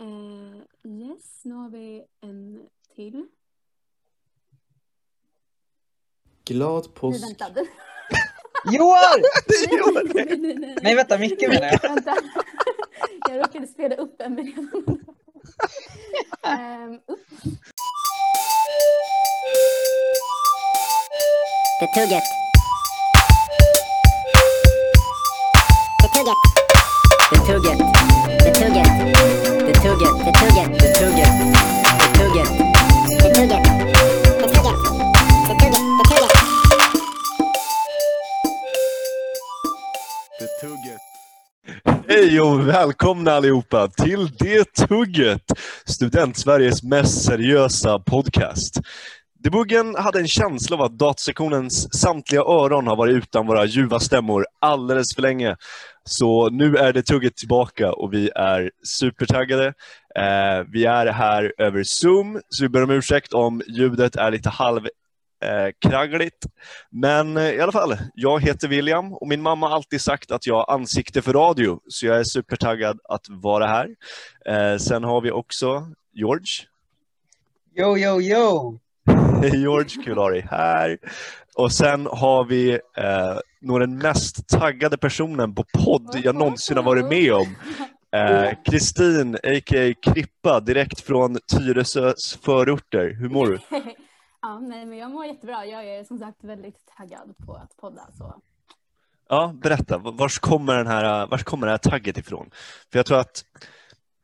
Eh, Yes, nu har vi en till. Glad Nu påsk. vänta. du- Joar! Nej, nej, nej, nej, Nej vänta, Micke menar jag. Vänta. Jag råkade spela upp en men Ehm, upp. Betugget. Betugget. Betugget. Betugget. Betugget. Betugget. Betugget. Betugget. Betugget. Betugget. Betugget. Betugget. Hej och välkomna allihopa till Det Tugget, Student-Sveriges mest seriösa podcast. Debuggen hade en känsla av att datasektionens samtliga öron har varit utan våra ljuva stämmor alldeles för länge. Så nu är Det Tugget tillbaka och vi är supertaggade. Eh, vi är här över Zoom, så vi ber om ursäkt om ljudet är lite halv eh, kragligt. Men eh, i alla fall, jag heter William och min mamma har alltid sagt att jag har ansikte för radio, så jag är supertaggad att vara här. Eh, sen har vi också George. Yo, yo, yo! Hej George, kul att ha dig här. Och sen har vi eh, nog den mest taggade personen på podd jag någonsin har varit med om. Eh, Kristin, a.k.a. Krippa, direkt från Tyresös förorter. Hur mår du? Ja, nej, men jag mår jättebra. Jag är som sagt väldigt taggad på att podda. Så. Ja, berätta. V- Vars kommer, den här, vars kommer det här tagget ifrån? För jag tror att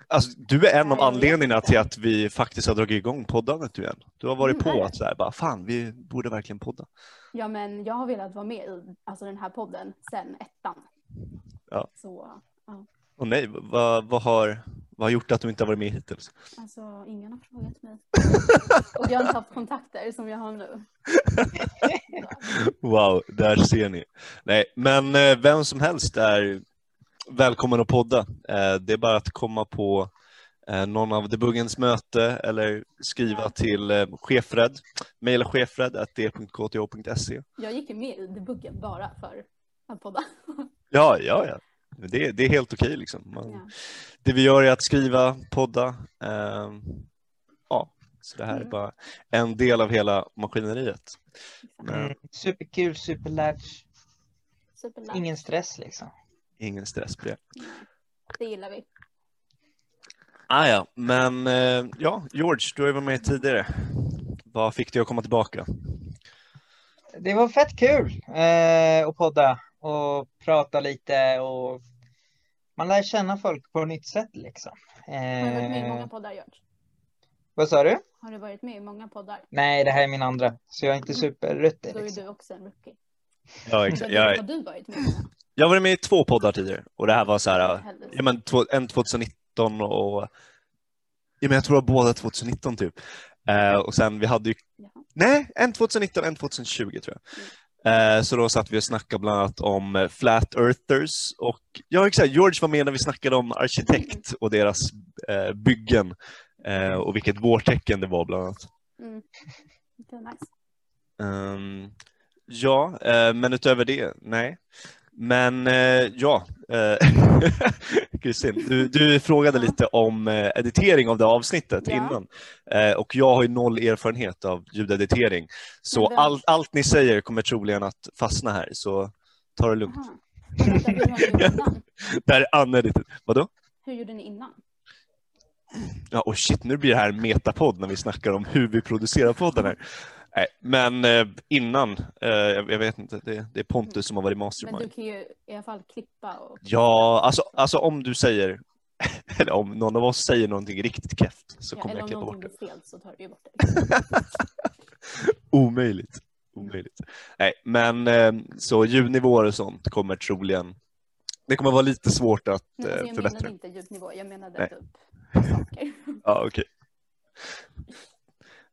alltså, du är en av Nej, jag anledningarna till att vi faktiskt har dragit igång poddandet nu igen. Du har varit Mm, är på det? att så här, bara, fan, vi borde verkligen podda. Ja, men jag har velat vara med i alltså, den här podden sedan ettan. Ja. Så Och nej, vad, vad, har, vad har gjort att du inte har varit med hittills? alltså, ingen har frågat mig. Och jag har inte haft kontakter som jag har nu. Wow, där ser ni. Nej, men eh, vem som helst är välkommen att podda. Eh, det är bara att komma på eh, någon av debuggens möte eller skriva till eh, chefred. Mejla chefred.d.kth.se. Jag gick ju med i debuggen bara för att podda. Ja, ja, ja. Det, det är helt okej. liksom. Man, Ja. Det vi gör är att skriva, podda. ehm, ja, så det här är Mm. bara en del av hela maskineriet. Men Mm. Superkul, superlärt. Superlight. Ingen stress liksom. ingen stress på det. Det gillar vi. Ah, ja. Men eh, ja, George, du har ju varit med tidigare. Vad fick dig att komma tillbaka? Det var fett kul eh, att podda och prata lite och man lär känna folk på ett nytt sätt liksom. Har du varit med i Eh, många poddar, George? vad sa du? Har du varit med i många poddar? Nej, det här är min andra, så jag är inte Mm. superruttig. Då är Liksom. du också en rookie. Ja, Men exakt. Har Jag, du varit med? jag har varit med i två poddar tidigare och det här var så här, Helvete. ja, men, två, en 2019 och ja, men jag tror det var båda 2019 typ. Eh, och sen vi hade ju, Jaha. nej, en 2019 en 2020 tror jag. Eh, så då satt vi och snackade bland annat om eh, flat earthers och ja, exakt, George var med när vi snackade om arkitekt och deras eh, byggen eh, och vilket vårtecken det var bland annat. Mm. Det är nice. Ehm, ja, eh, men utöver det, nej. Men eh, ja, eh, Kristin, du, du frågade Ja. lite om eh, editering av det avsnittet Ja. innan. Eh, och jag har ju noll erfarenhet av ljudeditering. Så Men vem- allt- allt ni säger kommer troligen att fastna här, så ta det lugnt. Aha. Vänta, hur, har ni gjort innan? Det här är unedited. Vadå? hur gjorde ni innan? Ja, och shit, nu blir det här en metapodd när vi snackar om hur vi producerar podden här. Nej, men eh, innan, eh, jag, jag vet inte, det, det är Pontus som har varit mastermind. Men du kan ju i alla fall klippa och... Ja, alltså, alltså om du säger, eller om någon av oss säger någonting riktigt kräft så Ja, kommer eller jag om klippa någonting blir bort det. fel så tar du ju bort det. Omöjligt. Omöjligt. Nej, men eh, så ljudnivåer och sånt kommer troligen, det kommer vara lite svårt att Nej, alltså, eh, jag menade förbättra. inte ljudnivå, jag menade Nej. typ saker. Ja, okej.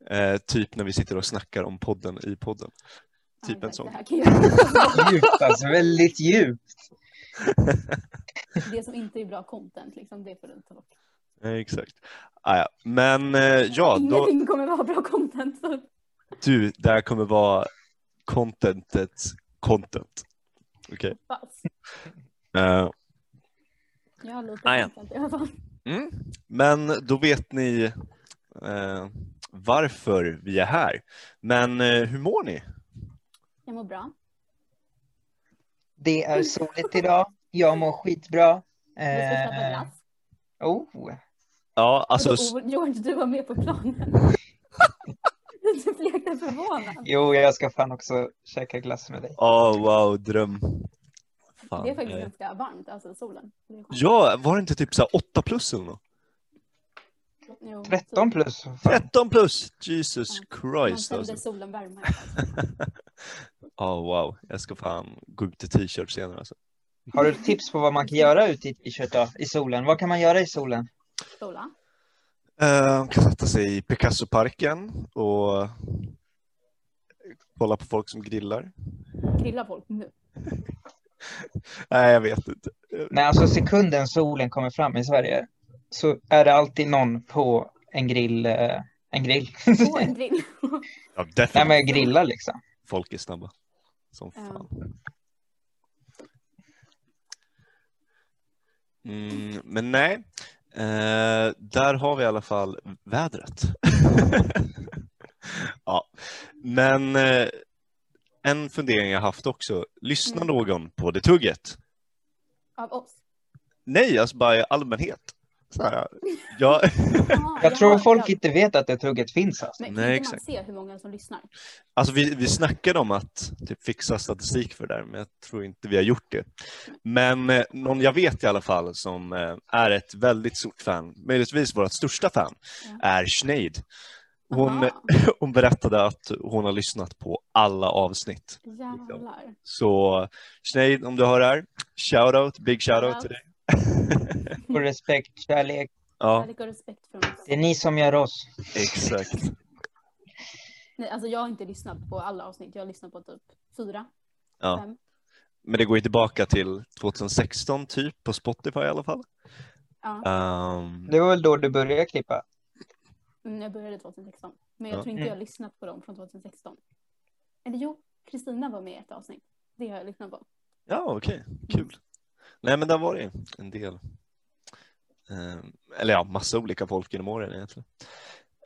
Eh, typ när vi sitter och snackar om podden i podden. Typ Ja, en sån. Det, här kan ju- Djupt alltså, väldigt djupt. det som inte är bra content, liksom, det får du ta bort. Eh, exakt. Ah, ja. Men eh, ja, då, Ingenting kommer vara bra content. Så... du, det här kommer vara contentets content. Okej. Fast. Eh, Jag har lite Ah, ja. content i alla fall. Men då vet ni eh, varför vi är här. Men eh, hur mår ni? Jag mår bra. Det är soligt idag. Jag mår skitbra. Vi ska köpa Eh, glass. oh, Ja, alltså, s- Vadå, George, du var med på planen. du bleknar förvånad. jo, jag ska fan också käka glass med dig. oh, wow, dröm. Fan, Det är faktiskt eh. ganska varmt, alltså solen. Det är skönt. Ja, var det inte typ så här 8 plus eller något? Jo, 13 plus. fan. 13 plus! Jesus Man Christ kände alltså. solen värma. Ja, wow. Jag ska fan gå ut i t-shirt senare alltså. Har du tips på vad man kan göra ute i t-shirt då? I solen? Vad kan man göra i solen? Sola. Eh, kan sätta sig i Picassoparken och kolla på folk som grillar. Grilla folk nu. Nej, jag vet inte. Men alltså sekunden solen kommer fram i Sverige så är det alltid någon på en grill. eh, En grill. På en grill. Ja, Nej definitivt. men grilla liksom. Folk är snabba. Som Ja. fan. Mm, men nej, eh, där har vi i alla fall vädret. ja. Men eh, en fundering jag haft också. Lyssnar Mm. någon på det tugget? Av oss. Nej, alltså bara i allmänhet. Så här, jag, Ah, Jag tror jaha, folk ja. inte vet att det tugget finns alltså. Men Nej, Nej, inte man exakt. se hur många som lyssnar? Alltså vi, vi snackade om att typ, fixa statistik för det där, men jag tror inte vi har gjort det. Men eh, någon jag vet i alla fall som eh, är ett väldigt stort fan, möjligtvis vårt största fan, Ja. är Sinead. Hon, eh, Aha, hon berättade att hon har lyssnat på alla avsnitt. jävlar. Så Sinead, om du hör det här, shoutout, big shoutout till dig. Och respekt, kärlek. Ja, Kärlek och respekt från oss. Det är ni som gör oss. exakt. Nej, alltså jag har inte lyssnat på alla avsnitt. Jag har lyssnat på typ fyra, Ja. fem. Men det går ju tillbaka till 2016 typ på Spotify i alla fall. Ja. Ehm, Det var väl då du började klippa? Mm, jag började 2016. Men jag Ja. tror inte Mm. jag har lyssnat på dem från 2016. Eller jo, Kristina var med i ett avsnitt. Det har jag lyssnat på. Ja, okej. Kul. Nej, men där var det en del. Eh, eller ja, massa olika folk genom åren egentligen.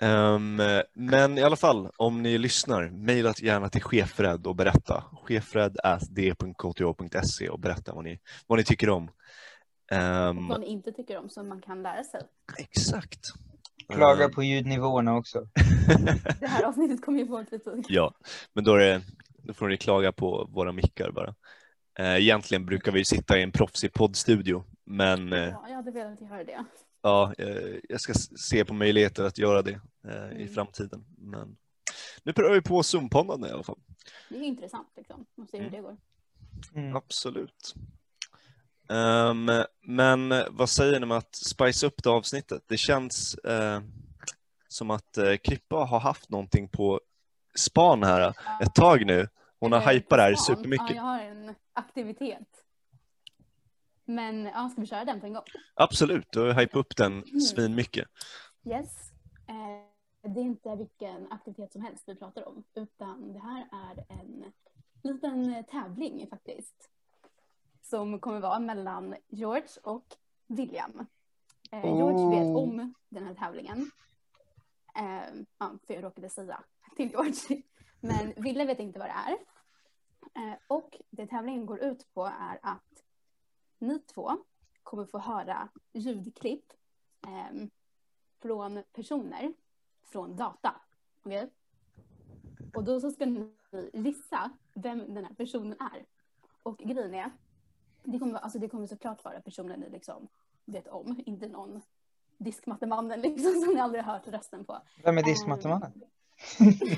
Ehm, men i alla fall, om ni lyssnar, mejla gärna till chefred och berätta. chefred.d.kth.se e och berätta vad ni, vad ni tycker om. Ehm, Vad ni inte tycker om som man kan lära sig. exakt. Klaga Ehm, på ljudnivåerna också. Det här avsnittet kommer ju få kritik. Ja, men då, är det, då får ni klaga på våra mickar bara. Eh, egentligen brukar vi sitta i en proffsig poddstudio, men eh, Ja, jag hade velat göra det. Ja, eh, jag ska s- se på möjligheter att göra det eh, i Mm. framtiden. Men nu prövar vi på Zoom-poddande i alla fall. Det är ju intressant liksom. Man ser hur det går. Mm. Absolut. Ehm, men vad säger ni om att spice upp det avsnittet? Det känns eh, som att eh, Krippa har haft någonting på span här eh, ett tag nu. Hon har Eller hajpat det här stan. Ja, supermycket. jag har en aktivitet. Men ja, ska vi köra den på en gång? Absolut, du har ju hajpat upp Mm. den svinmycket. Yes. Eh, det är inte vilken aktivitet som helst vi pratar om, utan det här är en liten tävling faktiskt. Som kommer vara mellan George och William. Eh, George vet Oh. om den här tävlingen. Eh, ja, för jag råkade säga till George. Men Wille vet inte vad det är. Eh, och det tävlingen går ut på är att ni två kommer få höra ljudklipp ehm, från personer från data. Okej? Och då så ska ni gissa vem den här personen är. Och grejen är, det kommer, alltså det kommer såklart vara personer ni liksom vet om, inte någon diskmattemannen liksom som ni aldrig har hört rösten på. Vem är diskmattemannen? Eh,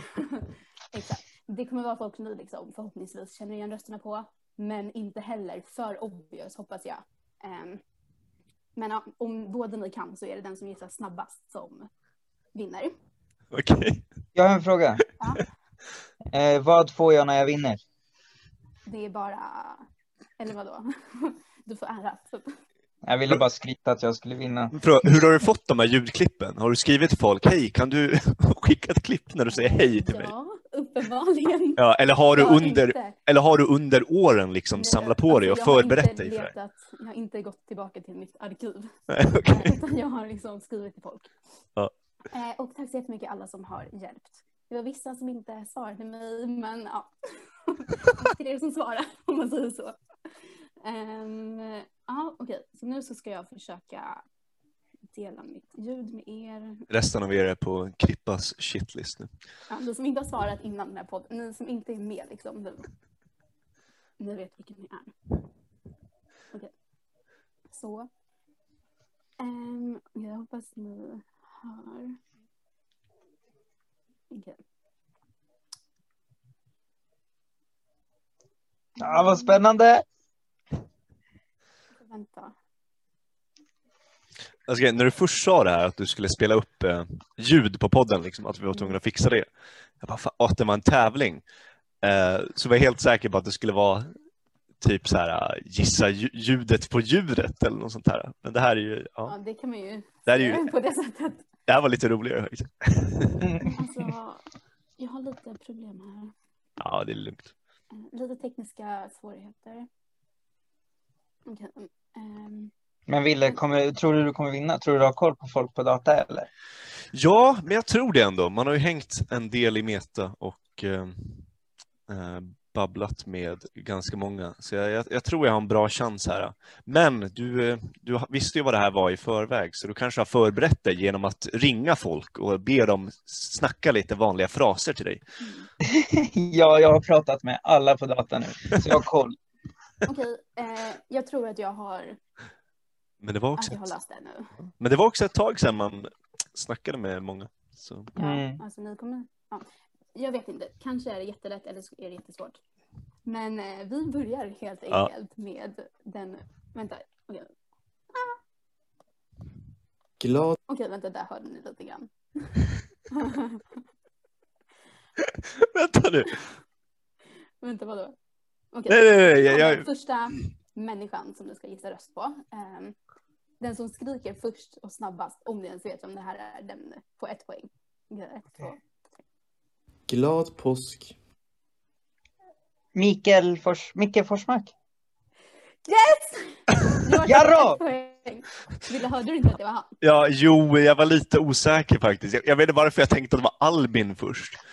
Exakt. Det kommer vara folk ni liksom förhoppningsvis känner igen rösterna på. Men inte heller för obvious hoppas jag. Ehm, men ja, om båda ni kan så är det den som gissar snabbast som vinner. Okej. Jag har en fråga. Ja. Eh, vad får jag när jag vinner? Det är bara... Eller vadå? Du får ära. typ. Jag ville bara skryta att jag skulle vinna. Frå- Hur har du fått de här ljudklippen? Har du skrivit till folk, hej, kan du skicka ett klipp när du säger hej till mig? Ja, upp, Uppenbarligen. Ja, eller, har du Jag har under, inte- eller har du under åren liksom Nej, samlat på alltså, dig och jag har inte förberett dig för det? letat, Jag har inte gått tillbaka till mitt arkiv. Nej, okej. Utan jag har liksom skrivit till folk. Ja. Eh, och tack så jättemycket alla som har hjälpt. Det var vissa som inte svarade mig, men ja. till er som svarar, om man säger så. Ehm, ja, okej. Så nu så ska jag försöka dela mitt ljud med er. Resten av er är på Krippas shitlist nu. Ja, ni som inte har svarat innan den här podden, ni som inte är med liksom nu. Ni vet vilka ni är. Okej. Så. Ehm, jag hoppas ni hör. Okej. Ja, vad spännande. Vänta. Alltså, grejen, när du först sa det här att du skulle spela upp eh, ljud på podden, liksom, att vi Mm. var tvungna att fixa det. Jag bara, fan, att det var en tävling. Eh, så var jag helt säker på att det skulle vara typ så här, eh, gissa lju- ljudet på djuret eller något sånt här. Men det här är ju, Ja, ja, det kan man ju det här, är ju, göra på det sättet. det här var lite roligare. faktiskt. Mm. Alltså, jag har lite problem här. Ja, det är lugnt. Eh, Lite tekniska svårigheter. Okej. ehm, Men Ville, kommer, tror du du kommer vinna? Tror du du har koll på folk på data eller? Ja, men jag tror det ändå. Man har ju hängt en del i Meta och eh, eh, babblat med ganska många. Så jag, jag, jag tror jag har en bra chans här. Men du, eh, du visste ju vad det här var i förväg, så du kanske har förberett dig genom att ringa folk och be dem snacka lite vanliga fraser till dig. ja, jag har pratat med alla på data nu, så jag har koll. Okej, eh, jag tror att jag har, Men det var att också, jag har ett, löst det nu. men det var också ett tag sedan man snackade med många. Så. Ja, Mm. alltså, ni kommer, ja. Jag vet inte, kanske är det jättelätt eller så är det jättesvårt. Men eh, vi börjar helt Ja. enkelt med den, vänta, okej, Glad Okej, vänta, där hörde ni lite grann. Vänta nu! vänta, vadå? Okej. Nej, nej, nej. Jag, Ja, jag, Första människan som du ska gissa röst på. ehm, den som skriker först och snabbast, om ni ens vet om det här är, den får ett poäng. Okej, Ett, två. glad påsk. Mikael Fors, Micke Forsmark. Yes! Nu har Jarro! jag ett poäng. Ville, hörde du inte att det var han? ja, jo, jag var lite osäker faktiskt. Jag, jag vet inte varför jag tänkte att det var Albin först.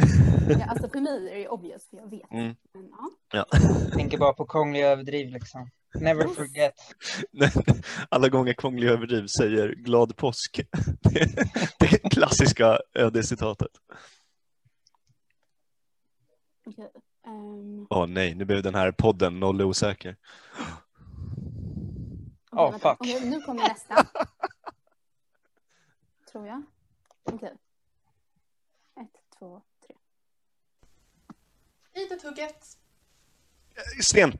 Mm. Ja, alltså för mig är det ju obvious, för jag vet. Mm. Men, ja. Tänker bara på krånglig överdriv liksom. Never forget. när alla gånger krånglig överdriv säger glad påsk. det är klassiska ödescitatet. okej. Ehm, Åh nej, nu blev den här podden noll osäker. okej, Ah, Oh, vänta. fuck. Okej, nu kommer nästa. Tror jag. Okej. Ett, två, tre. I det tugget. Sten!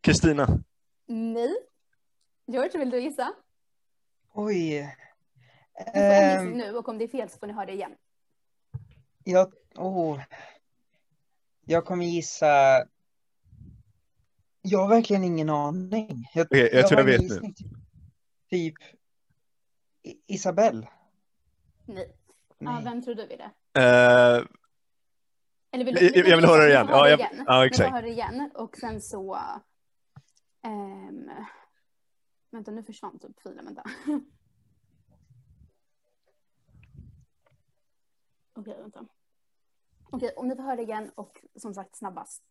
Kristina. Nej. George, vill du gissa? Oj. Du får en gissning Ehm, nu och om det är fel så får ni höra det igen. jag, oh. jag kommer gissa. Jag har verkligen ingen aning. Jag, Okej, jag tror har jag ingen vet nu. gissning. Typ I- Isabelle. Nej. Ja, Nej. vem tror du är det? Eh, Eller vill Jag- jag vill höra det igen. Ja, jag- ja, exakt. Jag vill höra det igen och sen så... ehm, vänta, nu försvann typ filen. Vänta. Okej, vänta. Okej, om ni får höra det igen och som sagt snabbast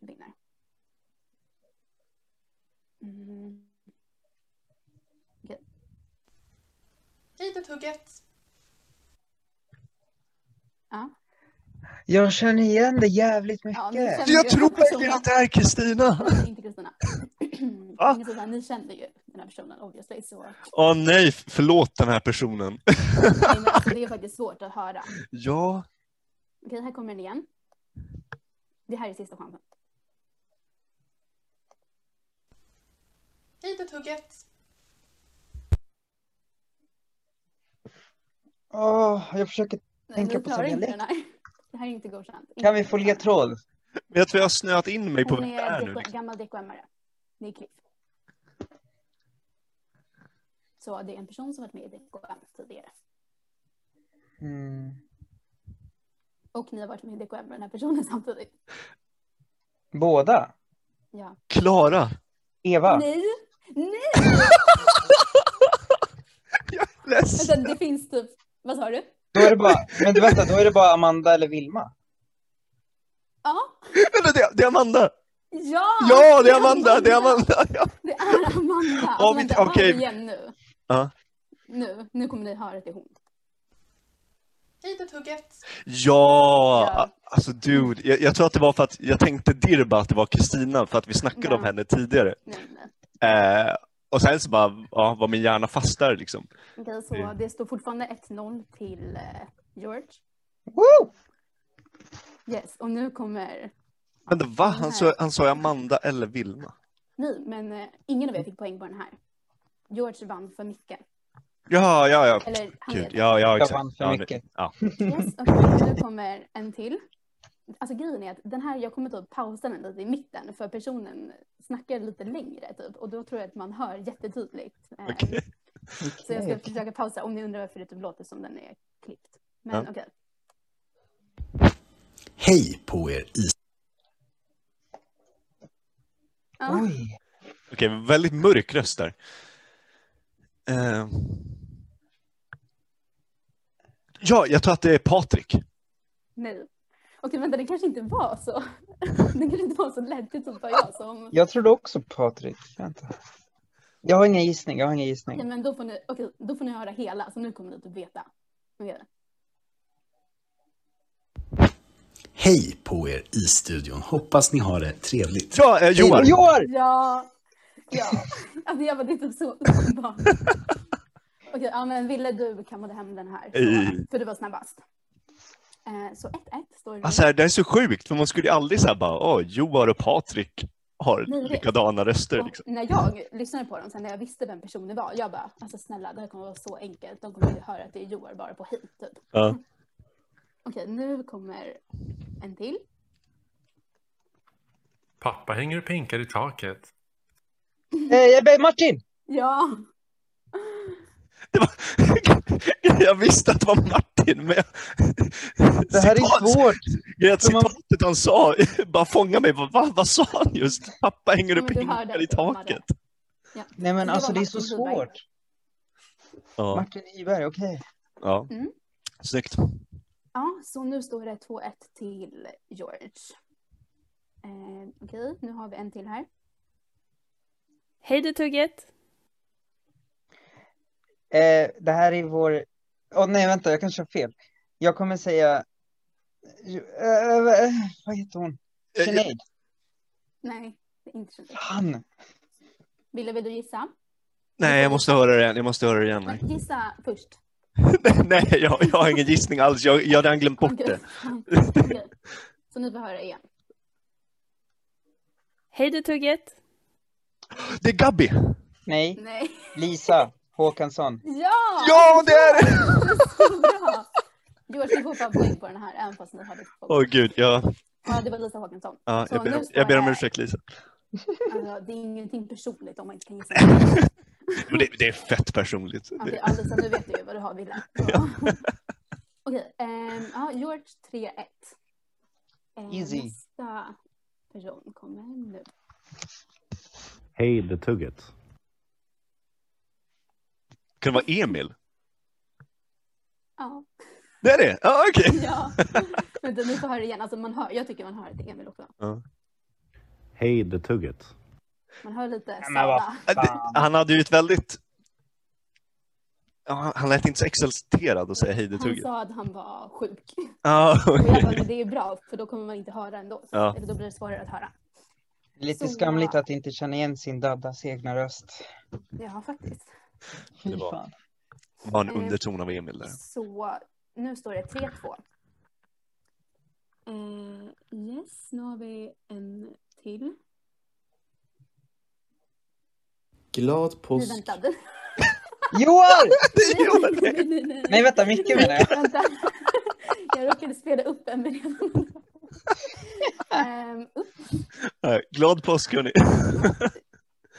vinner. Mm. I det tugget. Jag känner igen det jävligt Ja, mycket. nu känner jag du tror den här personen. verkligen att det är Kristina! Nej, Inte Kristina. Va? Ingen Kristina, Ni känner ju den här personen obviously. Så. Nej, Åh nej, förlåt den här personen. men alltså, det är faktiskt svårt att höra. Ja, Okej, här kommer den igen. Det här är sista chansen. I det tugget. Åh, jag försöker. Nej, Tänker ni på klarar sin inte den dialekt. här. Det här är inte godkänt. Kan vi få ledtråd? men jag tror jag har snöat in mig på Hon vem det är är nu. deko, liksom. gammal DKM-are. Det är Cliff. Så det är en person som varit med i DKM tidigare. Mm. Och ni har varit med i DKM med den här personen samtidigt. Båda? Ja. Klara! Eva? Nej! Nej! Ledsen. Vänta, det finns typ, vad sa du? Då är det bara, men du, vänta, då är det bara Amanda eller Vilma? Ja! Vänta, det, det är Amanda! Ja! Ja, det är Amanda! Det är Amanda! Ja. Det är Amanda! Om Alltså, vi- vänta, hör okej. igen nu. Ja. Nu, nu kommer ni höra att det är hon. Litet hugget. Ja! Ja. Alltså dude, jag, jag tror att det var för att jag tänkte Dirba att det var Kristina för att vi snackade Ja. om henne tidigare. Nej, nej. Eh, och sen så bara, ja, var min hjärna fast där liksom. Okej, så Det- det står fortfarande 1-0 till eh, George. Woo! Yes, och nu kommer... Men det, va? Han Nej. sa, han sa Amanda eller Vilma. Nej, men eh, ingen av er fick poäng på den här. George vann för mycket. Ja, ja, ja. Eller han Gud, vet det. ja, ja, Jag exakt. vann för ja, det- mycket. Ja. Yes, okej, nu kommer en till. Alltså grejen är att den här, jag kommer typ pausa den lite i mitten för personen snackar lite längre typ och då tror jag att man hör jättetydligt. Eh, Okej. Så jag ska försöka pausa om ni undrar varför det typ låter som den är klippt. Men Ja. okej. Hej på er is... Ja. Oj. Okej, men väldigt mörk röst där. Eh. Ja, jag tror att det är Patrik. Nej. Okej, vänta, det kanske inte var så. Det kanske inte var så lätt. Det typ var jag som... Jag trodde också Patrik. Vänta. Jag har ingen gissning, jag har ingen gissning. Okej, men då får, ni, okej, då får ni höra hela, så nu kommer ni typ veta. Okej. Hej på er i studion. Hoppas ni har det trevligt. Ja, eh, Johan. Och Joar! Ja. Ja. Alltså jag var det är typ så uppenbart. Okej, ja men Ville du kammade hem den här. Ej. Så, för du var snabbast. Eh, så 1-1 står det. nu. Alltså, det är så sjukt, för man skulle ju aldrig säga bara, åh, Johan och Patrik Nej, har det- likadana röster. Och Liksom. när jag lyssnade på dem sen när jag visste vem personen var, jag bara alltså snälla det här kommer vara så enkelt, de kommer ju höra att det är Joar bara på hit typ. Ja. Okej, nu kommer en till. Pappa hänger och pinkar i taket. Eh, Martin! Ja, Det var... jag visste att det var Martin, men jag... Det här är Citat- svårt. Grejen För man- citatet han sa bara fånga mig. Va, vad sa han just? Pappa hänger Ja, upp men du hörde hinkar i att han hade taket. Nej men Det alltså var det är så Martin Wiberg. svårt. Ja, Martin Wiberg, okej. ja. Mm. Snyggt. ja så nu står det 2-1 till George. Eh, Okej, nu har vi en till här. Hej du tugget! Eh, det här är vår... Åh nej, vänta, jag kanske har fel. Jag kommer säga... Eh, vad heter hon? Eh, Sinead. Nej, det är inte så. Han! Ville, vill du gissa? Nej, jag måste höra det igen. Jag måste höra det igen. Nej, Nej, gissa först. Nej jag, jag har ingen gissning alls. Jag, jag hade redan glömt bort Okej. det. Okej. Så nu får höra igen. Hej du tugget! Det är Gabby! Nej, Nej. Lisa Håkansson. Ja! Ja, det är det! Bra! George, du får fan poäng på den här, även fast ni hade två. Åh gud, ja. Ja, det var Lisa Håkansson. ja Så jag, nu ber, står jag ber om det- ursäkt Lisa. Alltså, det är ingenting personligt om man inte kan gissa. Men det, det är fett personligt. Okej, Det, ja, Lisa, nu vet du ju vad du har Ville. Så. Okej, ehm, ja, George 3-1. Ehm, Easy. Nästa person kommer nu. Hej det tugget. kan det vara Emil? Ja, Det är det? Ja, okej. ja. Vänta, nu får höra igen. Alltså, man hör, jag tycker man hör lite Emil också. Hej det tugget. Man hör lite Nej, men vad Sara. Ja, det- fan. Han hade ju ett väldigt... Ja, han- han lät inte så exalterad att säga hej det Han tugget. sa att han var sjuk. Ja, Och jag okej. bara, men det är bra, för då kommer man inte höra ändå. Ja. Eller då blir det svårare att höra. Lite Så- skamligt att inte känna igen sin daddas egna röst. Ja, faktiskt. Fy Det var- fan. Det var en Eh, underton av Emil där. Så nu står det 3-2. Eh, yes, nu har vi en till. Glad Nej, påsk. vänta. du- Joar! nej, nej, nej. Nej, vänta, Micke menar jag. Vänta. Jag råkade spela upp en, men redan. Ehm, upp. Ja, Glad påsk hörni.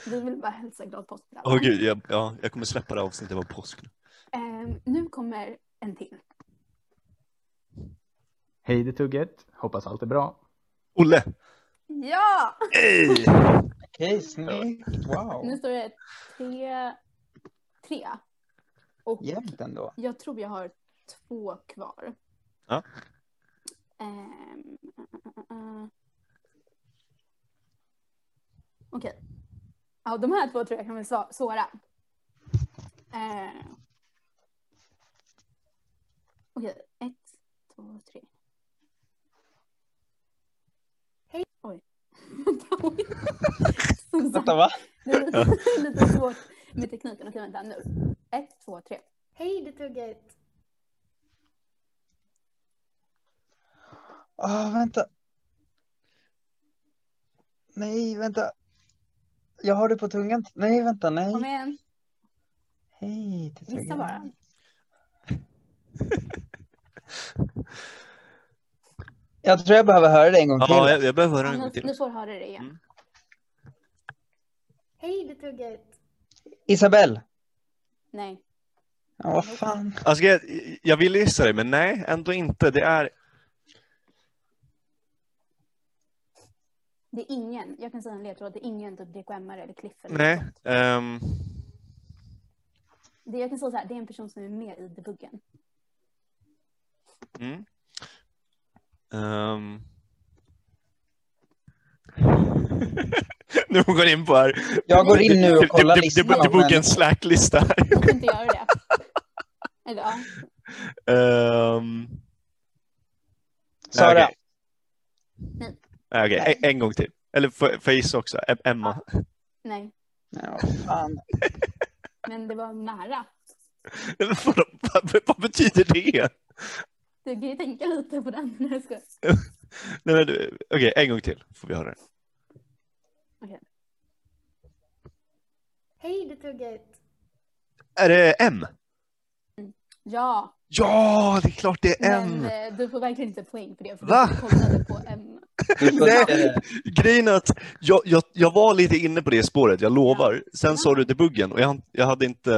Vi vill bara hälsa glad påsk till alla. Åh gud, jag, ja, jag kommer släppa det här avsnittet av påsk. nu. Ehm, nu kommer en till. Hej det tugget. Hoppas allt är bra. Olle! Ja! Hej! Okej, snyggt. Wow. Nu står det tre, tre. Och Jämnt ändå. jag tror jag har två kvar. Ja. Ehm, äh, äh, äh. Okej. Ja, de här två tror jag kan vara sva- svåra. Eh. Okej, ett, två, tre. Hej. Oj. Oj. Som sagt, Vänta, va? det är lite svårt med tekniken. Okej, vänta nu. Ett, två, tre. Hej det tugget. Ah, vänta. Nej, vänta. Jag har det på tungan. Nej, vänta, nej. Kom igen, Hej, det tror gissa jag. bara. Jag tror jag behöver höra det en gång till. Ja, jag, jag behöver höra en Ja, gång nu, till. Mm. nu får Alltså, du höra det igen. Hej det tugget. Isabelle. Nej. Ja, vad fan. Alltså, jag, jag vill gissa dig, men nej, ändå inte. Det är... Det är ingen, jag kan säga en ledtråd, det är ingen typ DKM eller Cliff. Eller Nej. något. ehm, Det, jag kan säga så här, det är en person som är med i debuggen. mm. Ehm. nu går jag in på här. Jag går in nu och Det- det- kollar det- listan Det, det, av det, det, människor. Slack-lista. här. Jag kan inte göra det. Eller ja, Ehm, Sara. okej. Nej. nej, okej, Nej. en, en gång till. Eller får får jag gissa också? Em- Emma. nej. Ja, vad fan. Men det var nära. vad, vad, vad betyder det? Du kan ju tänka lite på den. när jag ska- Nej, men du- Okej, en gång till får vi höra det. Hej det tugget. Är det M? Ja, Ja, det är klart det är M! men eh, du får verkligen inte poäng för det. För Va? du kollade på en... Du får Nej. se. Grejen är att jag, jag, jag var lite inne på det spåret, jag lovar. Sen sa du debuggen och jag, jag hade inte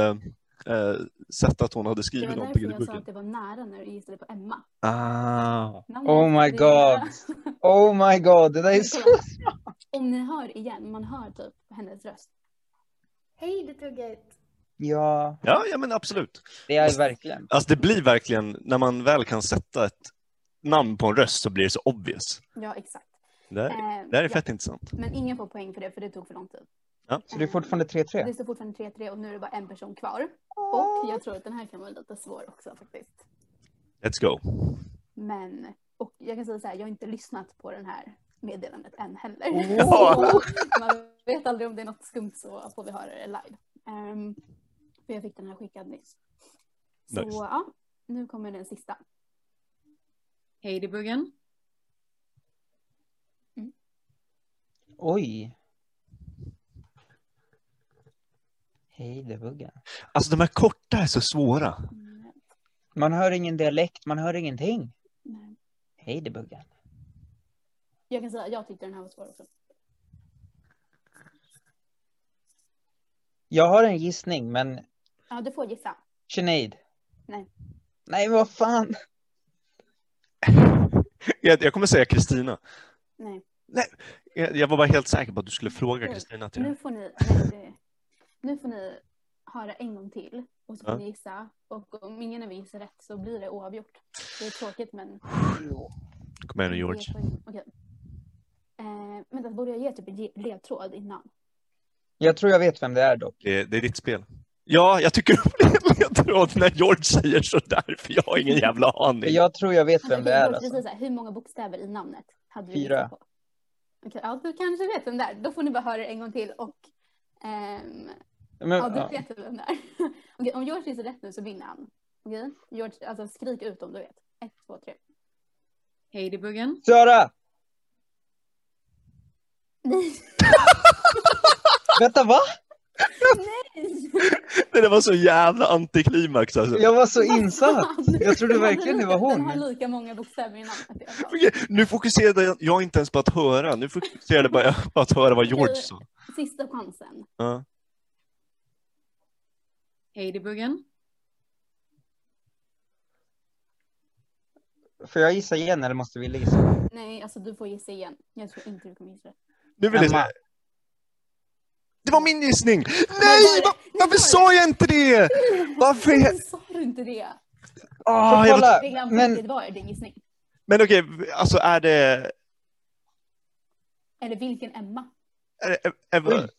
eh, sett att hon hade Det skrivit var någonting därför i jag sa debuggen. att det var nära när du gissade på Emma. Ah. Namnet, Oh my det är- god. Oh my god, det där är så... Om ni hör igen, man hör typ hennes röst. Hej det tugget. Ja, Ja, ja, men absolut. det är verkligen. Alltså det blir verkligen, när man väl kan sätta ett namn på en röst så blir det så obvious. Ja, exakt. Det här, Eh, det här ja. är fett intressant. Men ingen får poäng för det, för det tog för lång tid. Så det är fortfarande Det 3-3. står fortfarande 3-3 och nu är det bara en person kvar. Och jag tror att den här kan vara lite svår också faktiskt. Let's go. Men, och jag kan säga så här, jag har inte lyssnat på den här meddelandet än heller. Oh. Man vet aldrig om det är något skumt så får vi höra det live. Ehm, för jag fick den här skickad nyss. Så Nice. ja, nu kommer den sista. Hej debuggen. Oj. Hej, det är buggen. Alltså de här korta är så svåra. Mm, Man hör ingen dialekt, man hör ingenting. nej. Hej, det är buggen. Jag kan säga, jag tyckte den här var svår också. Jag har en gissning, men Ja, du får gissa. Sinead. Nej. Nej, vad fan. Jag, jag kommer säga Kristina. Nej. Jag, jag var bara helt säker på att du skulle fråga Kristina. till det. Nu får ni, nej, det, nu får ni höra en gång till och så får Ja. ni gissa. Och om ingen av er gissar rätt så blir det oavgjort. Det är tråkigt men... Kom igen nu det George. är poäng. Okej. Eh, vänta, borde jag ge typ en ge- ledtråd innan? Jag tror jag vet vem det är dock. Det, det är ditt spel. Ja, jag tycker om det är ledtråd när George säger sådär, för jag har ingen jävla aning. Jag tror jag vet Vänta, vem det okej, George, är. vi Alltså. säger så här, hur många bokstäver i namnet hade du Fyra. gissat på? Okej, ja, du kanske vet vem det är. Då får ni bara höra det en gång till och... ehm, Men, ja, ja. du vet vem det är. Okej, om George gissar rätt nu så vinner han. Okej? George, alltså skrik ut om du vet. Ett, två, tre. Hej debuggen. Sara! Nej! Vänta, va? Det där var så jävla antiklimax alltså. Jag var så insatt. Fan. Jag trodde Den hade verkligen det lika- var Den har hon. lika många bokstäver i namnet. i alla fall. Okej, Nu fokuserade jag- jag inte ens på att höra, nu fokuserade jag bara på att höra vad George sa. Sista chansen. Ja. Hej debuggen. Får jag gissa igen eller måste vi gissa? Nej, alltså du får gissa igen. Jag tror inte du kommer gissa rätt. Nu vill jag säga... Det var min gissning! Nej! va- Varför sa jag inte det? Varför? Varför sa du inte det? Ah, jag var... Det glömde men inte, det var din gissning. men okej, alltså är det... Eller vilken Emma? Är det Eva... Skylt.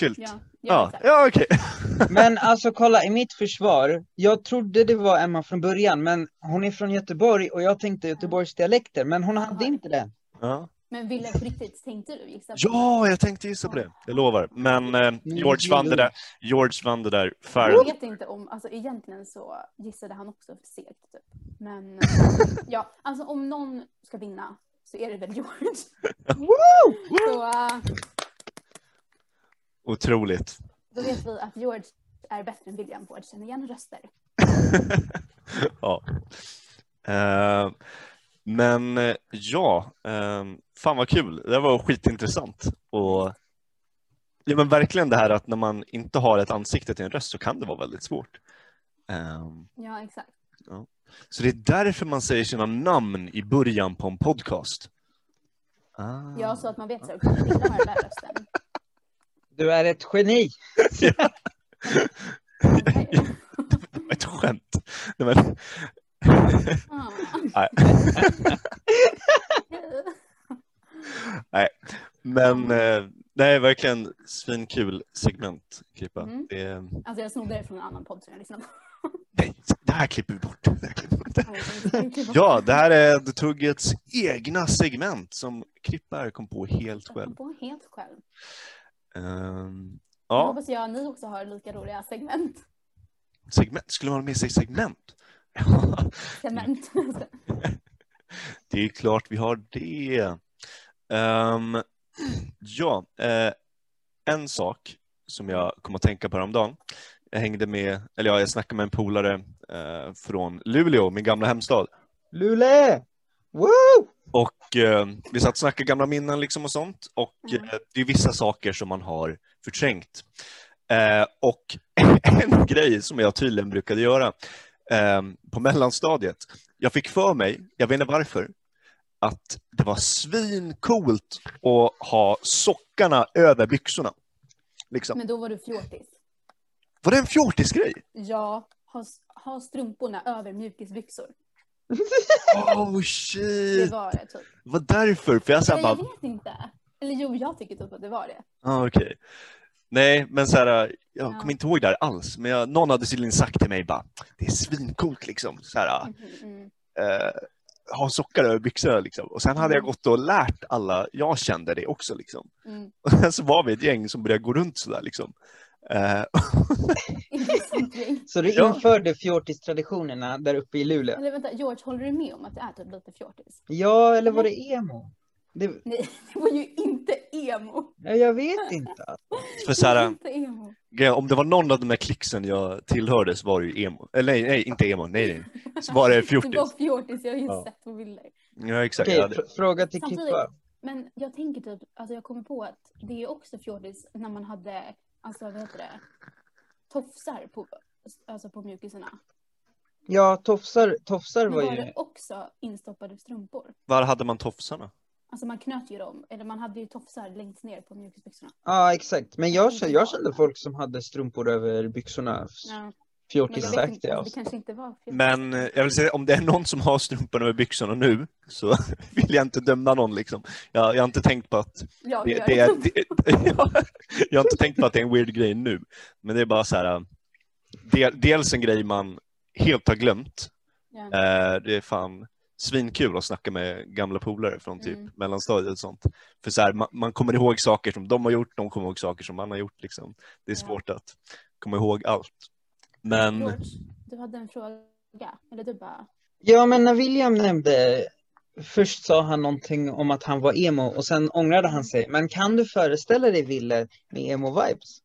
Skylt? Ja, Ja, ja okej. Men alltså kolla, i mitt försvar, jag trodde det var Emma från början, men hon är från Göteborg och jag tänkte Göteborgs dialekter, men hon hade inte det. Ja. Men ville på riktigt, tänkte du gissa på ja, jag tänkte gissa på det. Jag lovar. Men Mm. eh, George vann det där. George vann det där. Jag Fair. vet inte om, alltså egentligen så gissade han också för segt. Typ. Men ja, alltså om någon ska vinna så är det väl George. så eh, Otroligt. då vet vi att George är bättre än William på att känna igen röster. ja. Eh, men eh, ja, eh, fan vad kul. Det här var skitintressant. Och, ja, men verkligen det här att när man inte har ett ansikte till en röst så kan det vara väldigt svårt. Eh, Ja, exakt. ja. Så det är därför man säger sina namn i början på en podcast. Ah. Ja, så att man vet så. okej, Vilda har den där rösten. Du är ett geni! Det var ett skämt. Nej, men... Ah. Nej. nej, men eh, nej, verkligen svinkul segment, Krippa. Mm. Det, Alltså jag snodde det från en annan podd som jag liksom. lyssnade på. det här klipper vi bort. Det här klipper vi bort. Verkligen. Ja, det här är The Tuggets egna segment som Krippa här kom på helt Jag kom själv. på helt själv. Ehm, Jag ja, hoppas jag ni också har lika roliga segment. segment. Skulle man ha med sig segment? Segment. Det är klart vi har det. Ehm, ja, eh, en sak som jag kom att tänka på häromdagen. Jag hängde med, eller ja, jag snackade med en polare eh, från Luleå, min gamla hemstad. Lule! Woo! Och eh, vi satt och snackade gamla minnen liksom och sånt. Och Mm. eh, det är vissa saker som man har förträngt. Eh, och en grej som jag tydligen brukade göra eh, på mellanstadiet. Jag fick för mig, jag vet inte varför, att det var svincoolt att ha sockarna över byxorna. Liksom. Men då var du fjortis. Var det en fjortisgrej? Ja, ha, ha strumporna över mjukisbyxor. Oh Det shit! var det typ. Vad därför? För jag sen Nej, jag bara, vet inte. Eller jo, jag tycker typ att det var det. Ah, okej. Nej, men så här, eh, jag Ja. kommer inte ihåg det här alls. Men jag, någon hade tydligen sagt till mig bara, det är svincoolt liksom. Så här, Mm. eh, ha sockar över byxorna liksom. Och sen hade jag gått och lärt alla jag kände det också liksom. Mm. Och sen så var vi ett gäng som började gå runt sådär liksom. Eh, Intressant grej. Så du Ja. införde fjortistraditionerna där uppe i Luleå? Eller vänta, George, håller du med om att det är typ lite fjortis? Ja, eller var det emo? Det... Nej, det var ju inte emo. Ja, Jag vet inte. för så här, eh, Inte emo. grejen- om det var någon av de här klicksen jag tillhörde så var det ju emo. Eller nej, nej inte emo, nej, nej. Så var det Det var fjortis. fjortis, jag har ju Ja. sett på bilder. Ja, exakt. Okej, Jag hade- fr- fråga till Samtidigt- Klippa. Men jag tänker typ, alltså jag kommer på att det är också fjortis när man hade, alltså vad heter det, tofsar på, alltså på mjukisarna. Ja, tofsar, tofsar Men var var ju... det också instoppade strumpor? Var hade man tofsarna? Alltså man knöt ju dem, eller man hade ju tofsar längst ner på mjukisbyxorna. Ja, exakt. Men jag, kände- jag kände folk som hade strumpor över byxorna. alltså. Ja. Men jag vet inte, Fjortisaktiga. det kanske inte var fjortis. Men eh, jag vill säga, om det är någon som har strumpan över byxorna nu så vill jag inte döma någon. Liksom. Jag, jag har inte tänkt på att jag det, gör det det. är... Det, jag, jag har inte tänkt på att det är en weird grej nu. Men det är bara så här. eh, del- Dels en grej man helt har glömt. Ja. Eh, Det är fan svinkul att snacka med gamla polare från typ Mm. mellanstadiet och sånt. För så här, man, man kommer ihåg saker som de har gjort, de kommer ihåg saker som man har gjort. Liksom. Det är Ja. svårt att komma ihåg allt. Men... George, du hade en fråga. Eller du bara, Ja, men när William nämnde... Först sa han någonting om att han var emo och sen ångrade han sig. Men kan du föreställa dig Ville med emo-vibes?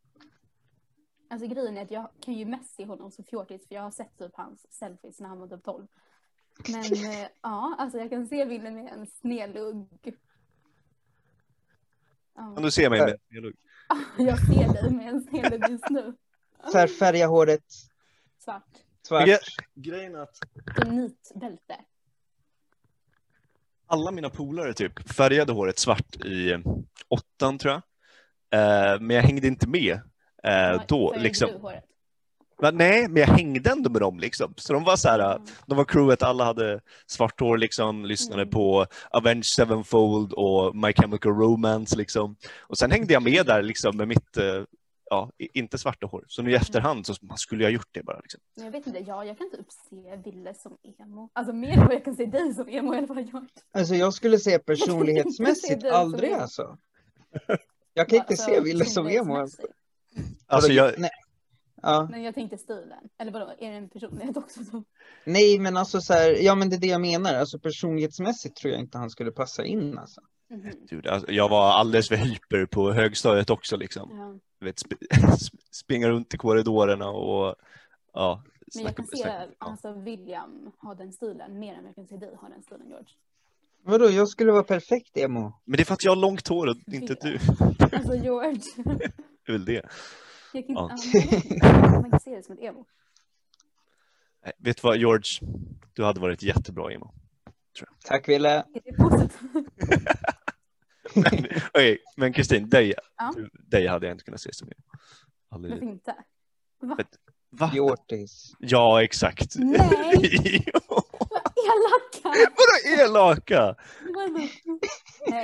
alltså grejen är att jag kan ju mest se honom som fjortis för jag har sett typ hans selfies när han var typ 12. Men eh, ja, alltså jag kan se bilden med en snedlugg. Ja. Kan du se mig med Jag ser dig med en snedlugg just nu. Ah. Så här färga håret Svart. svart. Grejen är att Äh, Som nitbälte. alla mina polare typ färgade håret svart i åttan tror jag. Eh, men jag hängde inte med eh, då. Färgade Liksom. du håret? Va, nej, men jag hängde ändå med dem liksom. Så de var så här, Mm. de var crewet, alla hade svart hår liksom, lyssnade på Avenged Sevenfold och My Chemical Romance liksom. Och sen hängde jag med där liksom med mitt, eh, ja, i- inte svarta hår. Så nu i efterhand så man skulle jag ha gjort det bara liksom. Men Jag vet inte, ja, jag kan typ se Ville som emo. Alltså mer än vad jag kan se dig som emo eller vad jag Alltså jag skulle säga personlighetsmässigt Det är du som aldrig är- alltså. Jag kan inte Alltså, se Wille som emo. personlighetsmässigt. Alltså jag, Nej. Ja. Men jag tänkte stilen. Eller vadå, är det en personlighet också? Som... Nej men alltså så här, ja men det är det jag menar. Alltså personlighetsmässigt tror jag inte han skulle passa in alltså. Mhm. Dude, alltså, jag var alldeles för hyper på högstadiet också. Liksom. Ja. Du Vet, sp sp- springa runt i korridorerna och ja, Men jag kan snacka- se snacka- ja. alltså, William ha den stilen mer än jag kan se dig ha den stilen George. Vadå, jag skulle vara perfekt emo. Men det är för att jag har långt hår och inte du. Alltså George. Det är väl det. Jag kan, Ja. ja. man, man kan se det som ett emo. Nej, Vet du vad George, du hade varit jättebra emo. Tack Wille. Är det positivt? Men- Okej, men Kristin, dig, Ja. du- dig hade jag inte kunnat se som emo. Varför Aldrig. inte? Va? Va? Jortis. Ja, exakt. Nej. Elaka! Vadå elaka? Nej,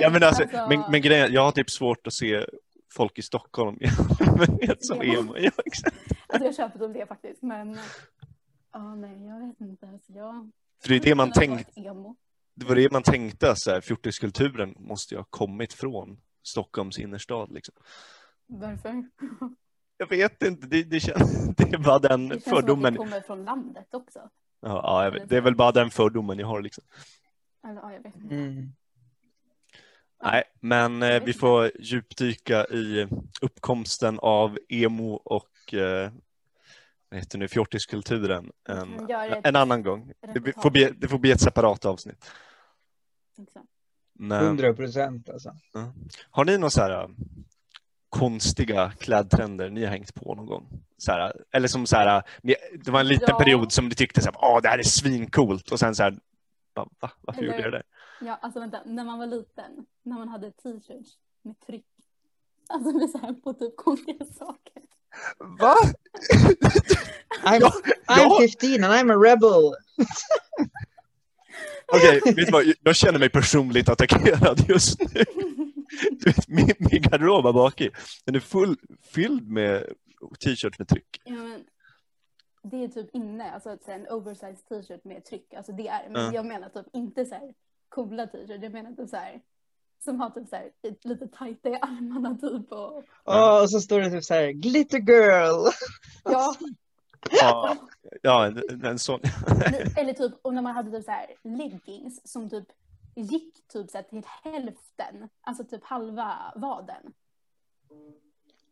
Ja, men, alltså, men, men grejen är, jag har typ svårt att se folk i Stockholm i allmänhet som Emo. emo. Ja, exakt. alltså, jag köper om det faktiskt. Men ja, nej, jag vet inte. Alltså, jag... För det är det man jag hade tänkt- varit emo. Det var det man tänkte, så här, 40-kulturen måste ju ha kommit från Stockholms innerstad. Liksom. Varför? Jag vet inte, det, det, känns, det är bara den Det känns som att fördomen. vi kommer från landet också. Ja, ja, jag vet, det är väl bara den fördomen jag har. Liksom. Eller, ja, jag vet inte. Mm. Nej, men eh, vi får djupdyka i uppkomsten av emo och eh, vad heter det nu, fjortiskulturen en, kan göra ett en annan gång. Det reportage. får, bli, det får bli ett separat avsnitt. Exakt. Men, 100 procent alltså. har ni några så här äh, konstiga klädtrender ni har hängt på någon gång? Så här, äh, eller som så här, äh, ni- det var en liten Ja. period som ni tyckte så här, "Åh, det här är svincoolt och sen så här, va, va, varför Eller- gjorde jag det? Ja, alltså vänta, när man var liten, när man hade t-shirts med tryck. Alltså med så här på typ konstiga saker. Va? I'm, Ja, I'm ja. 15 and I'm a rebel. Okej, vet du vad? Jag känner mig personligt attackerad just nu. Du vet, min, min garderob här bak i, den är full, fylld med t-shirts med tryck. Ja, men det är typ inne, alltså att säga en oversized t-shirt med tryck, alltså det är, men Ja. jag menar typ inte så här coola t-shirts, jag menar typ så här som har typ så här ett lite tajta i armarna typ och Ja, och så står det typ så här, glitter girl. ja, Ja, ja en, en sån. eller typ och när man hade typ så här leggings som typ gick typ så här till hälften, alltså typ halva vaden.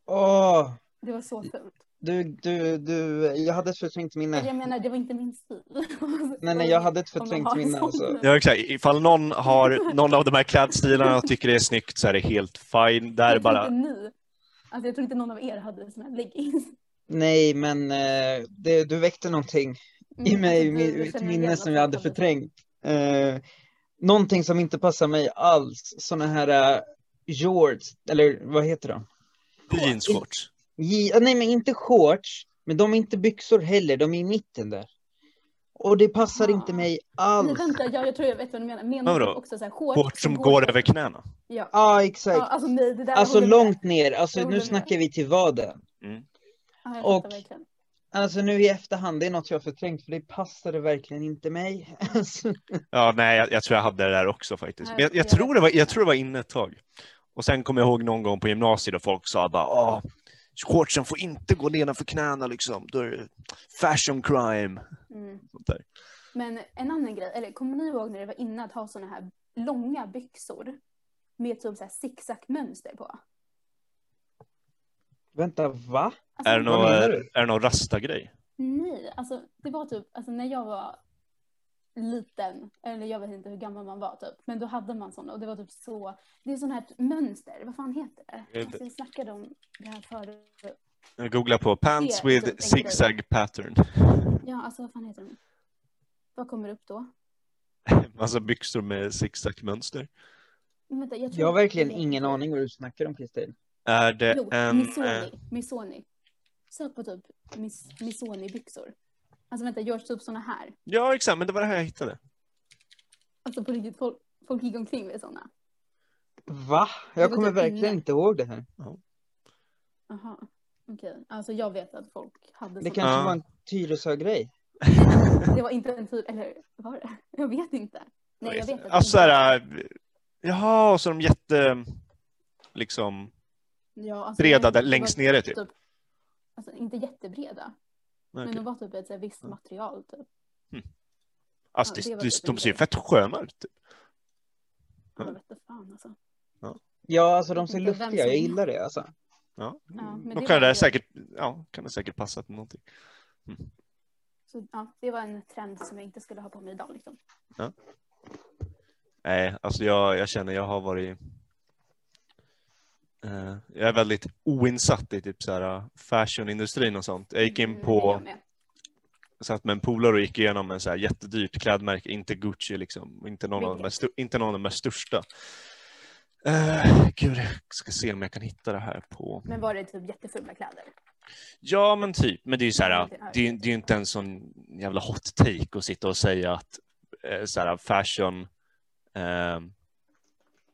Åh, Det var så fult. du, du, du, jag hade ett förträngt Eller minne. Jag menar, det var inte min stil. Alltså, Nej, nej, jag hade ett Om man förträngt har minne sån- alltså. Ja, exakt. Ifall någon har någon av de här klädstilarna och tycker det är snyggt så är det helt fine. Där Jag tror bara, inte ni, alltså jag tror inte någon av er hade såna här leggings. Nej, men eh, det, du väckte någonting i Mm, mig, alltså, du- mi- du ett känner igen minne att som du jag hade hade- förträngt. Eh, någonting som inte passar mig alls. Sådana här eh, shorts, eller vad heter de? jeansshorts. Ge- ah, nej, men inte shorts. Men de är inte byxor heller, de är i mitten där. Och det passar inte mig Nej, alls. vänta, ja, jag tror jag vet vad du menar. Menar Vadå? du också så här shorts Shorts som går över knäna. Ja. Ja, ah, exakt. ja, alltså nej, det där Alltså håller jag med. långt ner, alltså Jag nu håller med. snackar vi till vaden. Ja, jag och- fattar verkligen. Alltså nu i efterhand, det är något jag har förträngt för det passade verkligen inte mig. Alltså, Ja, nej, jag, jag tror jag hade det där också faktiskt. Nej, Men jag, jag, jag tror vet det var, inte. jag tror det var inne ett tag. Och sen kommer jag ihåg någon gång på gymnasiet och folk sa bara Åh, shortsen får inte gå nedanför knäna liksom. Då är det fashion crime. Mm. Sånt där. Men en annan grej, eller kommer ni ihåg när det var inne att ha såna här långa byxor med typ så här zigzagmönster på? vänta, va? Alltså, Är det någon, menar är du? det någon rasta-grej? Nej, alltså det var typ, alltså när jag var liten, eller jag vet inte hur gammal man var typ, men då hade man sådana och det var typ så, det är sådana här t- mönster, vad fan heter Jag det? vet Alltså, vi snackade om det här förut. Jag googlar på pants Det är with typ en zigzag pattern. Ja, alltså vad fan heter de? Vad kommer upp då? Massa byxor med zigzagmönster. Vänta, jag, tror Jag har att det verkligen är- ingen aning vad du snackar om Kristin. Är det Jo, en... eh, Missoni. Missoni. Sök på typ mis, Missoni-byxor. Alltså vänta, görs typ såna här? Ja, exakt. Men det var det här jag hittade. Alltså på riktigt, folk, folk gick omkring med såna. Va? Jag Jag vet kommer inte. verkligen inte ihåg det här. Jaha, okej. Alltså jag vet att folk hade Det såna. kanske var en Tyresö-grej. Det var inte en typ, eller var det? Jag vet inte. Nej, jag vet att Alltså såhär... eh, Jaha, så de jätte... Liksom... Ja, alltså, breda jag- där det längst var nere, typ. alltså, inte jättebreda, Nej, men okej. Mm. de var typ ett så här, visst material. Typ. Alltså, ja, det det, var det, typ en de ser ju grej. fett sköna ut. typ. Ja. Ja. Jag vet inte fan alltså. Ja, alltså de Jag ser vet inte vem luftiga. som- Jag gillar det alltså. Ja. Ja, men Mm. De det kan var det det. säkert... Ja, kan det säkert passa till någonting. Så, ja, det var en trend som jag inte skulle ha på mig idag. Liksom. Nej, alltså jag, jag känner jag har varit... eh, jag är väldigt oinsatt i typ så här eh, fashionindustrin och sånt. Jag gick Mm, in på, med. satt med en polare och gick igenom en så här jättedyrt klädmärke, inte Gucci liksom, och inte någon av de här, stu- inte någon av de här största. Eh, gud, jag ska se om jag kan hitta det här på... Men var det typ jättefula kläder? Ja, men typ. Men det är ju så här, Ja, det, är- det är ju inte en sån jävla hot take att sitta och säga att eh, så här, fashion eh,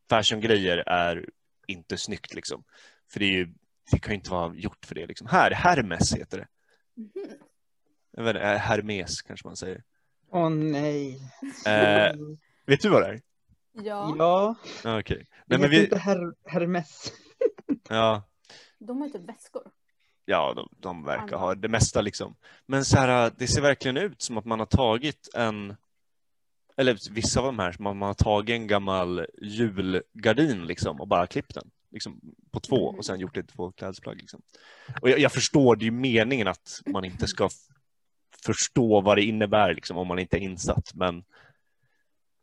fashiongrejer är inte snyggt liksom. För det, är ju, det kan ju inte vara gjort för det liksom. Här, Hermes heter det. Mhm. Jag vet inte, eh, Hermes kanske man säger. Åh nej. Eh, vet du vad det är? Ja, Ja, Ja, Okej. det Nej, men heter vi, inte Her- Hermes. ja, de har ju typ väskor. ja de, de verkar ha det mesta liksom. Men så här, det ser verkligen ut som att man har tagit en, eller vissa av de här, som att man har tagit en gammal julgardin liksom och bara klippt den. Liksom på två och sen gjort det till två klädesplagg. Liksom. Och jag, jag förstår, det är ju meningen att man inte ska f- förstå vad det innebär liksom, om man inte är insatt. Men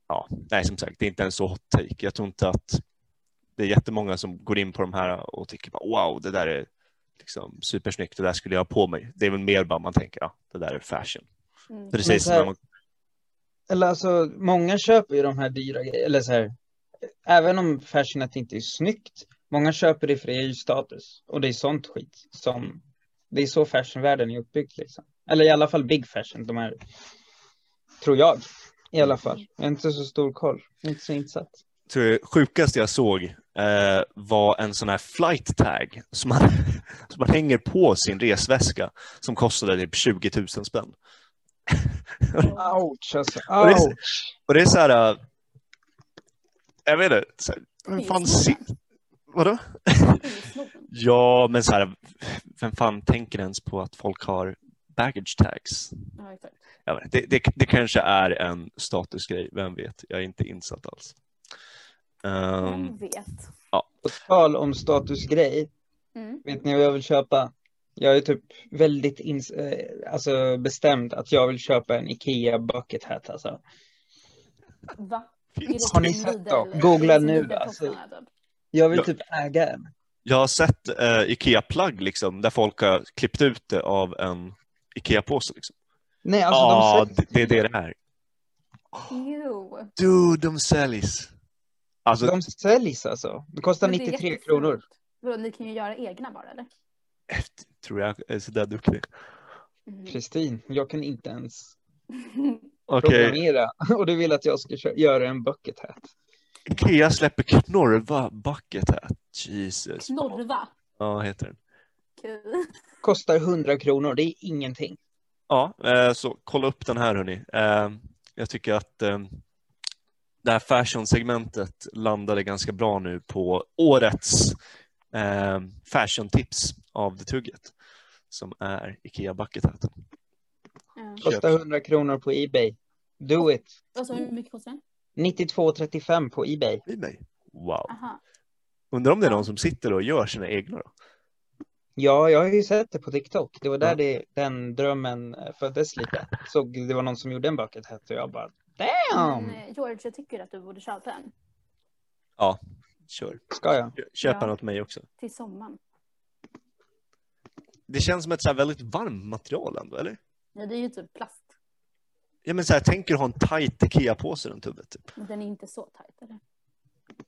ja, nej som sagt, det är inte en så hot take. Jag tror inte att det är jättemånga som går in på de här och tycker bara, wow, det där är liksom supersnyggt, det där skulle jag ha på mig. Det är väl mer bara man tänker, ja, det där är fashion. Mm. Precis Men så här- som man, Eller alltså, många köper ju de här dyra grejerna. Eller så här, även om fashionet inte är snyggt. Många köper det för det är ju status. Och det är sånt skit som... Det är så fashionvärlden är uppbyggd liksom. Eller i alla fall big fashion. De här, tror jag. I alla fall. Jag har inte så stor koll. Jag är inte så insatt. tror jag, sjukaste jag såg eh, var en sån här flight tag som man, som man hänger på sin resväska som kostade typ 20 000 spänn. Ouch alltså. Och det är- Ouch. Och det är så här, eh, jag vet inte, så här, vem Finns fan det? ser, vadå? Snobben. Ja, men så här, vem fan tänker ens på att folk har baggage tags? Ja, exakt. Jag vet, inte. det, det, det kanske är en statusgrej, vem vet? Jag är inte insatt alls. Ehm, Vem vet? På tal om statusgrej. Mm. Vet ni vad jag vill köpa? Jag är typ väldigt ins- eh, alltså bestämd att jag vill köpa en Ikea bucket hat alltså. Va? finns Har det? ni Är det sett som dem? Lidl- Googla är det som nu, Lidl-topparna, alltså. typ? Jag vill Ja. typ äga en. Jag har sett eh, Ikea-plagg liksom, där folk har klippt ut det av en Ikea-påse. Liksom. Nej, alltså Ja, de det, det är det det är. Jo. Dude, de säljs! Alltså, De säljs alltså. Det kostar Men det är 93 jättefint. kronor. Vadå, ni kan ju göra egna bara eller? tror jag är sådär duktig. Mhm. Kristin, jag kan inte ens Okej, programmera. Och du vill att jag ska kö- göra en bucket hat. Ikea släpper knorva bucket här. Jesus. Knorva. Ja, heter den. Okej. Kostar 100 kronor, det är ingenting. Ja, eh, så kolla upp den här hörni. Eh, Jag tycker att eh, det här fashion-segmentet landade ganska bra nu på årets eh, fashion-tips av The Tugget som är Ikea Bucket Hat. Ja. Kostar 100 kronor på Ebay. Do it. Vad sa du, hur mycket kostar den? 92,35 på Ebay. Ebay. Wow. Aha. Undrar om det är någon som sitter och gör sina egna då? Ja, jag har ju sett det på TikTok. Det var där Ja. det, den drömmen eh, föddes lite. Såg det var någon som gjorde en bucket hat och jag bara damn! Men, eh, George, jag tycker att du borde köpa en Kör. Ska jag? Köp Ja. en åt mig också. till sommaren. Det känns som ett så här väldigt varmt material ändå, eller? Ja, det är ju typ plast. Ja, men så här, tänker du ha en tajt IKEA-påse runt huvudet? Typ. Men den är inte så tajt eller?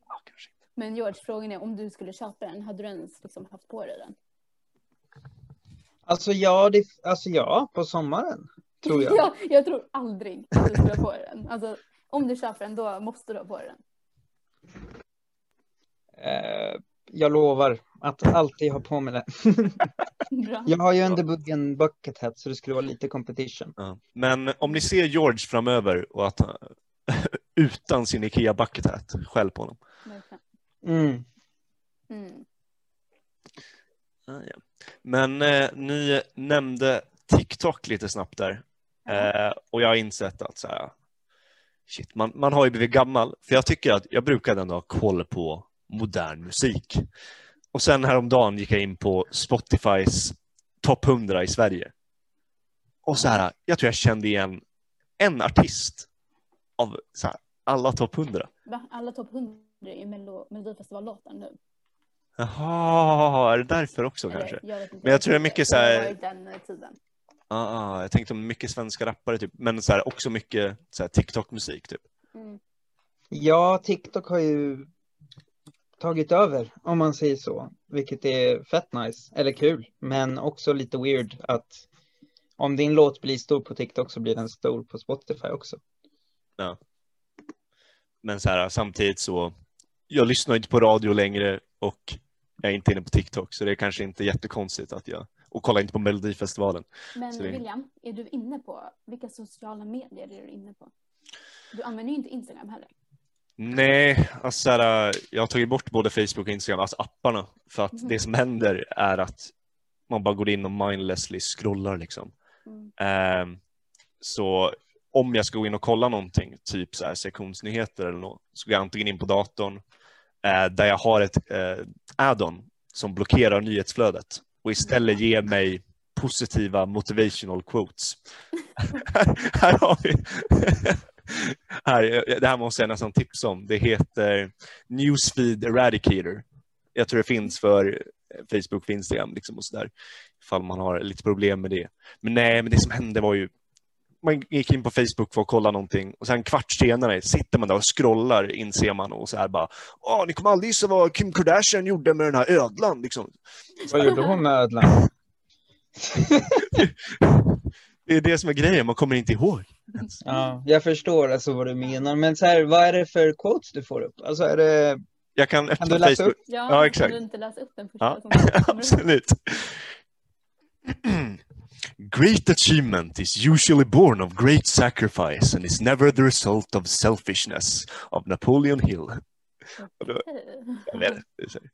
Ja, kanske inte. Men George, frågan är om du skulle köpa den, hade du ens liksom haft på dig den? Alltså ja, det, alltså ja, på sommaren. Tror jag. Ja, jag tror aldrig att du skulle ha på dig den. Alltså, om du köper den, då måste du ha på dig den. Eh, jag lovar att alltid ha på mig den. Bra. jag har ju en Debuggen bucket hat så det skulle vara lite competition. Men om ni ser George framöver och att han, utan sin IKEA bucket hat, skäll på honom. Verkligen. Mm. Mm. Ah, ja. Men eh, ni nämnde TikTok lite snabbt där. Eh, och jag har insett att så här, shit, man, man har ju blivit gammal. För jag tycker att jag brukade ändå ha koll på modern musik. Och sen häromdagen gick jag in på Spotifys topp 100 i Sverige. Och så här, jag tror jag kände igen en artist av så här, alla topp 100. Va? Alla topp 100 i Melo- Melodifestivallåten nu. Jaha, är det därför också Eller, kanske? vet inte Men jag tror det är riktigt. mycket så här- Det var ju den eh, tiden. Ah, ah, jag tänkte om mycket svenska rappare, typ. men så här, också mycket så här, TikTok-musik. Typ. Mm. Ja, TikTok har ju tagit över om man säger så, vilket är fett nice eller kul, men också lite weird att om din låt blir stor på TikTok så blir den stor på Spotify också. Ja. Men så här, samtidigt så, jag lyssnar inte på radio längre och jag är inte inne på TikTok, så det är kanske inte jättekonstigt att jag, och kollar inte på Melodifestivalen. Men Så det- William, är du inne på, vilka sociala medier är du inne på? Du använder ju inte Instagram heller. Nej, alltså så här, jag har tagit bort både Facebook och Instagram, alltså apparna. För att Mhm. det som händer är att man bara går in och mindlessly scrollar liksom. Mm. Ehm, så om jag ska gå in och kolla någonting, typ så här sektionsnyheter eller något, så går jag antingen in på datorn eh, där jag har ett eh, add-on som blockerar nyhetsflödet och istället Mm. ger mig positiva motivational quotes. här, här har vi. här, eh, det här måste jag nästan tipsa om. Det heter Newsfeed Eradicator. Jag tror det finns för eh, Facebook och Instagram liksom och sådär. Ifall man har lite problem med det. Men nej, men det som hände var ju man gick in på Facebook för att kolla någonting och sen en kvart senare sitter man där och scrollar inser man och så här bara Åh, ni kommer aldrig gissa vad Kim Kardashian gjorde med den här ödlan liksom. Vad gjorde hon med ödlan? Det är det som är grejen, man kommer inte ihåg. Ja, jag förstår alltså vad du menar, men så här, vad är det för quotes du får upp? Alltså är det... Jag kan Kan öppna du läsa Facebook. upp? Ja, ja Kan exakt. du inte läsa upp den första Ja, som kommer upp? absolut. Great achievement is usually born of great sacrifice and is never the result of selfishness of Napoleon Hill. Okej. Jag vet inte, det är så här.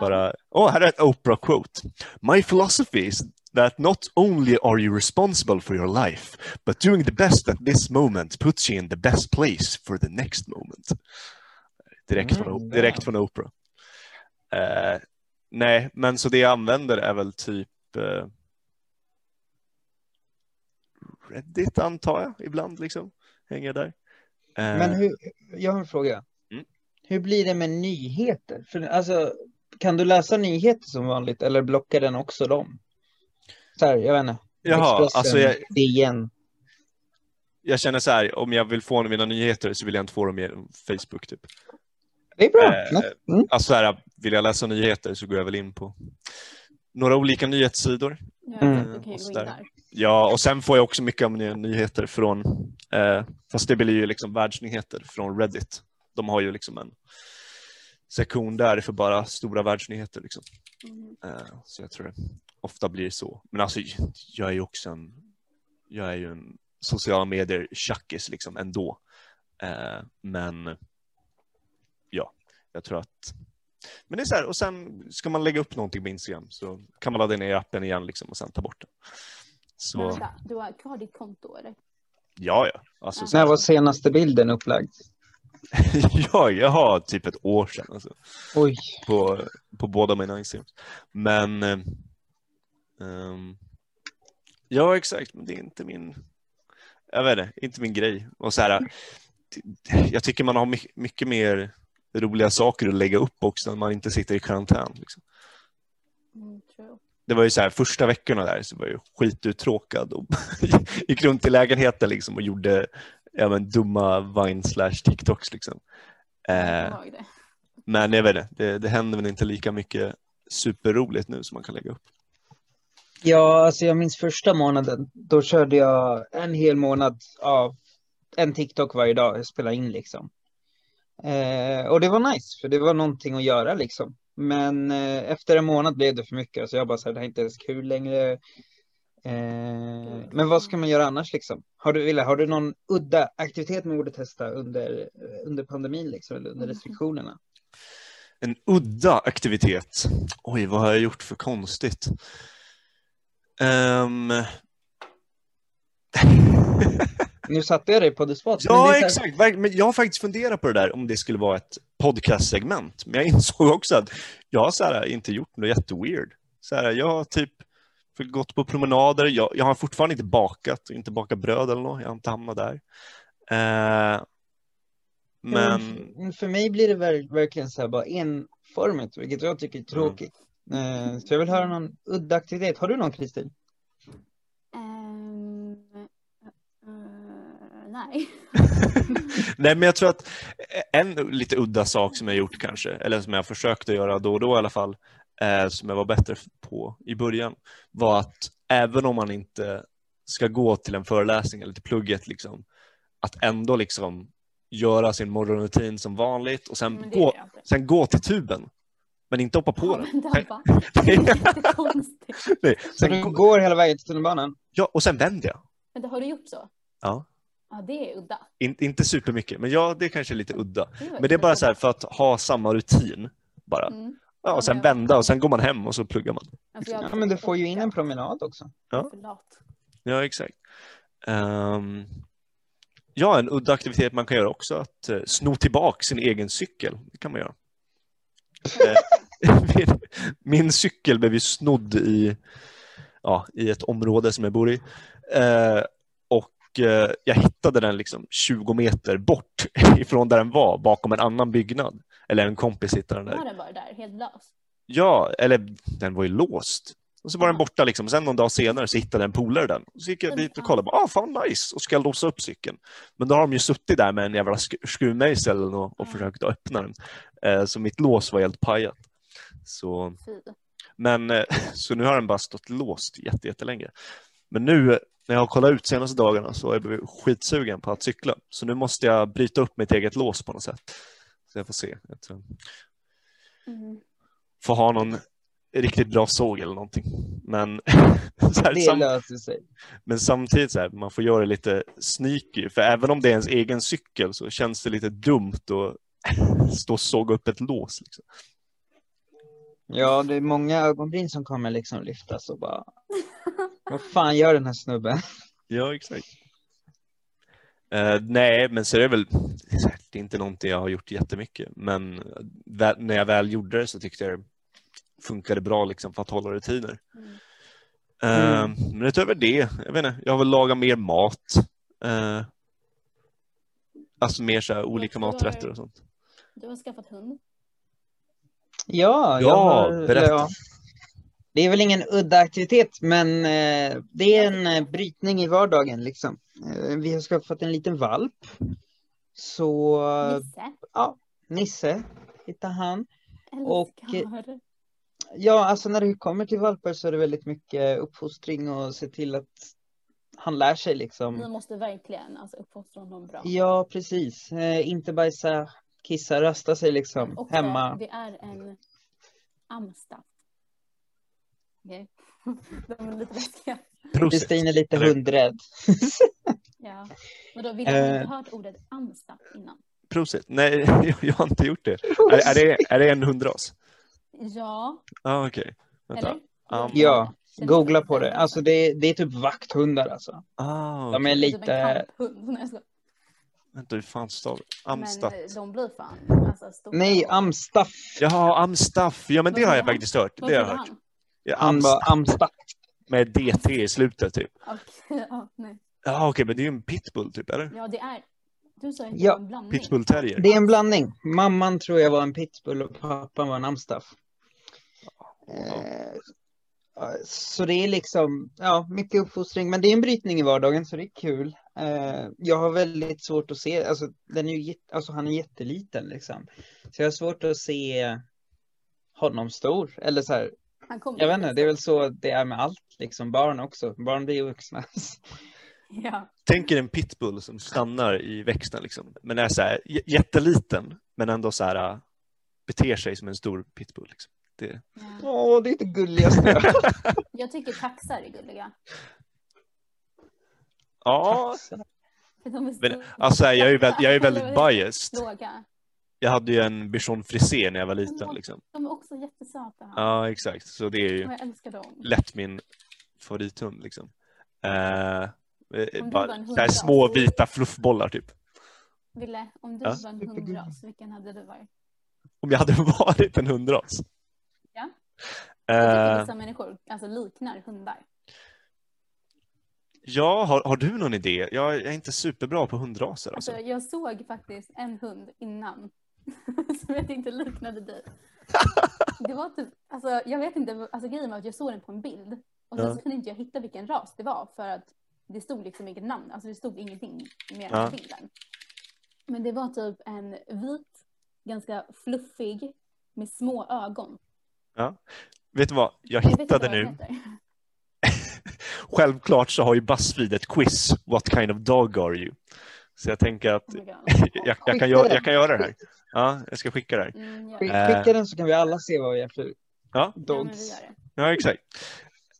Bara, "Oh, åh, här är ett Oprah-quote. My philosophy is that not only are you responsible for your life, but doing the best at this moment puts you in the best place for the next moment. Direkt, från, Mm, direkt wow. från Oprah. Eh, nej, men så det jag använder är väl typ eh, Reddit antar jag, ibland liksom. Hänger där. Eh, Men hur, jag har en fråga. Mm. Hur blir det med nyheter? För, alltså, kan du läsa nyheter som vanligt eller blockar den också dem? Så här, jag vet inte. Jaha, Expressen, alltså jag- DN. jag känner så här, om jag vill få mina nyheter så vill jag inte få dem genom Facebook typ. Det är bra. Eh, Mm. Alltså så här, vill jag läsa nyheter så går jag väl in på några olika nyhetssidor. Ja, Mm. exakt, du kan ju gå in där. Ja, och sen får jag också mycket av mina nyheter från, eh, fast det blir ju liksom världsnyheter från Reddit. De har ju liksom en sektion där för bara stora världsnyheter. Liksom. Mm. Eh, så jag tror det ofta blir så. Men alltså, jag är ju också en, jag är ju en sociala medier tjackis liksom ändå. Eh, men ja, jag tror att men det är så här, och sen ska man lägga upp någonting på Instagram så kan man ladda ner appen igen liksom och sen ta bort den. Så Men vänta, du har kvar ditt konto eller? ja, ja. Alltså, När var senaste bilden upplagd? ja, jag har typ ett år sedan alltså, Oj. på, på båda mina Instagrams. Men eh, ehm, ja, exakt, men det är inte min, jag vet inte, inte min grej. Och så här, jag tycker man har my- mycket mer roliga saker att lägga upp också när man inte sitter i karantän. Liksom. Mm, tror jag. det var ju så här första veckorna där så var jag ju skituttråkad och gick runt i lägenheten liksom och gjorde ja, men, dumma Vine slash TikToks liksom. Eh, ihåg det. men jag vet inte, det, det händer väl inte lika mycket superroligt nu som man kan lägga upp. Ja, alltså jag minns första månaden. Då körde jag en hel månad av en TikTok varje dag. Jag spelade in liksom. Eh, och det var nice, för det var någonting att göra liksom. Men eh, efter en månad blev det för mycket. Så jag bara så här, det här är inte ens kul längre. Eh, men vad ska man göra annars liksom? Har du, Wille, har du någon udda aktivitet man borde testa under, under pandemin liksom, eller under restriktionerna? En udda aktivitet. Oj, vad har jag gjort för konstigt? Ehm, Nu satte jag dig på the spot. Alltså, men det är så ja, här- exakt. Verk- Men jag har faktiskt funderat på det där om det skulle vara ett podcastsegment. Men jag insåg också att jag har så här, inte gjort något jätteweird. Så här, jag har typ gått på promenader. Jag, jag har fortfarande inte bakat, inte bakat bröd eller något. Jag har inte hamnat där. Eh, men... Mm, För mig blir det ver- verkligen så här bara enformigt, vilket jag tycker är Mm. tråkigt. Eh, Så jag vill höra någon udda aktivitet. Har du någon Kristin? Ehm, eh, nej. Nej, men jag tror att en lite udda sak som jag gjort kanske, eller som jag försökte göra då och då i alla fall, eh, som jag var bättre på i början, var att även om man inte ska gå till en föreläsning eller till plugget, liksom, att ändå liksom göra sin morgonrutin som vanligt och sen, Men det gå, gör jag inte. sen gå till tuben, men inte hoppa på den. Men Dabba, Nej, Så du går hela vägen till tunnelbanan? Ja, och sen vänder jag. men då har du gjort så? Ja. Ja, det är udda. In, inte supermycket, men ja, det kanske är lite udda. Det var Men det är bara så här för att ha samma rutin bara. Mm. Ja, och sen vända och sen går man hem och så pluggar man. Alltså, jag Ja, men du får ju in en promenad också. Ja, för lat. ja exakt. Ehm, ja, en udda aktivitet man kan göra också att eh, sno tillbaka sin egen cykel. Det kan man göra. Eh, min, min cykel blev ju snodd i, ja, i ett område som jag bor i. Eh, och eh, jag hittade den liksom 20 meter bort ifrån där den var, bakom en annan byggnad. Eller en kompis hittade den där. Var den bara där, helt lös? Ja, eller den var ju låst. Och så var den borta liksom. Sen någon dag senare så hittade en polare den. Och så gick jag dit och kollade. Bara, ah, fan nice! Och ska låsa upp cykeln. Men då har de ju suttit där med en jävla sk- skruvmejsel och, och försökt att öppna den. Eh, så mitt lås var helt pajat. Så, Fy. men, eh, så nu har den bara stått låst jätte- jättelänge. Men nu eh, när jag har kollat ut senaste dagarna så är jag blivit skitsugen på att cykla. Så nu måste jag bryta upp mitt eget lås på något sätt. Så jag får se. Jag tror- Mm. få ha någon riktigt bra såg eller någonting. Men, så här, Det sam- löser sig. men samtidigt så här, man får göra det lite sneaky. För även om det är ens egen cykel så känns det lite dumt att stå och såga upp ett lås. Liksom. Ja, det är många ögonbryn som kommer liksom lyftas och bara Vad fan gör den här snubben? Ja, exakt. Eh, nej, men så är det väl det är inte någonting jag har gjort jättemycket. Men vä- när jag väl gjorde det så tyckte jag det funkade bra liksom, för att hålla rutiner. Eh, Mm. Men utöver det, jag vet inte, jag har väl lagat mer mat. Eh, alltså mer så här olika tror- maträtter och sånt. Du har skaffat hund. Ja, jag Ja, har, eller berätta. Det är väl ingen udda aktivitet, men eh, det är en eh, brytning i vardagen liksom. Eh, vi har skaffat en liten valp. Så Nisse. ja, Nisse hittar han. och- Älskar. Ja, alltså när det kommer till valpar så är det väldigt mycket uppfostring och se till att han lär sig Ni Mm. liksom. måste verkligen alltså, uppfostra honom bra. Ja, precis. Eh, inte bajsa, kissa, rasta sig liksom Också, hemma. eh, Det är en amstaff. Okej. De är lite läskiga. Prosit. Kristin är lite Eller- hundrädd. Ja. Men då vill jag Eh. inte hört ordet amstaff innan. Prosit. Nej, jag har inte gjort det. Är, är, det, är det en hundras? Ja, Ah, Okej, vänta. eller? Am- Ja, googla på det. Alltså det, det är typ vakthundar alltså. Ah, De okej. är Typ en lite... kamphund. Nej, jag skojar. Vänta, hur fan stavar Amstaff. Men eh, de blir fan alltså, stora. Nej, amstaff. Jaha, Amstaff. Ja, men det Vad har jag trodde faktiskt hört. Vad Det har jag trodde hört. han? Ja, Han Amstaff var amstaff. med DT i slutet typ. Okej, ja, nej. Ja, okej, men det är ju en pitbull typ, eller? Ja, det är... Du sa inte Ja, en blandning. Pitbull terrier. Det är en blandning. Mamman tror jag var en pitbull och pappan var en amstaff. Eh, Ja, Så det är liksom, ja, mycket uppfostring, men det är en brytning i vardagen så det är kul. Eh, jag har väldigt svårt att se, alltså, den är ju, jätte- alltså han är jätteliten liksom. Så jag har svårt att se honom stor, eller så här, Han kommer jag vet inte, det är väl så det är med allt liksom, barn också, barn blir ju vuxna. Ja. Tänk er en pitbull som stannar i växten liksom, men är så här j- jätteliten men ändå så här äh, beter sig som en stor pitbull. Liksom. Det... Åh, det är det gulligaste. Jag tycker taxar är gulliga. ja, För de är men, alltså, jag är ju väldigt, jag är väldigt Eller vad heter det? biased. Låga. Jag hade ju en bichon frisé när jag var liten. Liksom. De är också jättesöta. Ja, exakt. Så det är Och ju jag älskar dem. lätt min favorithund. Liksom. Eh, eh, var bara, en hund så här då? små vita fluffbollar typ. Ville, om du Ja. var en hundras, vilken hade du varit? Om jag hade varit en hundras. Ja. Jag tycker Eh, vissa människor alltså, liknar hundar. ja, har, har du någon idé? Jag är inte superbra på hundraser. Alltså, Alltså. jag såg faktiskt en hund innan som jag tänkte liknade dig. Det var typ, alltså, jag vet inte, alltså, grejen var att jag såg den på en bild och sen Ja. så kunde inte jag hitta vilken ras det var för att det stod liksom inget namn, alltså det stod ingenting mer Ja. än bilden. Men det var typ en vit, ganska fluffig med små ögon. Ja. Vet du vad? Jag vet inte hittade vad den nu. heter. Självklart så har ju Buzzfeed ett quiz. What kind of dog are you? Så jag tänker att Oh my God. jag, jag, kan, göra, jag kan göra det här. Ja, jag ska skicka det här. Mm, ja. Skick- Eh. Skicka den så kan vi alla se vad vi är för Ja, Ja, men vi dogs. gör det. ja exakt.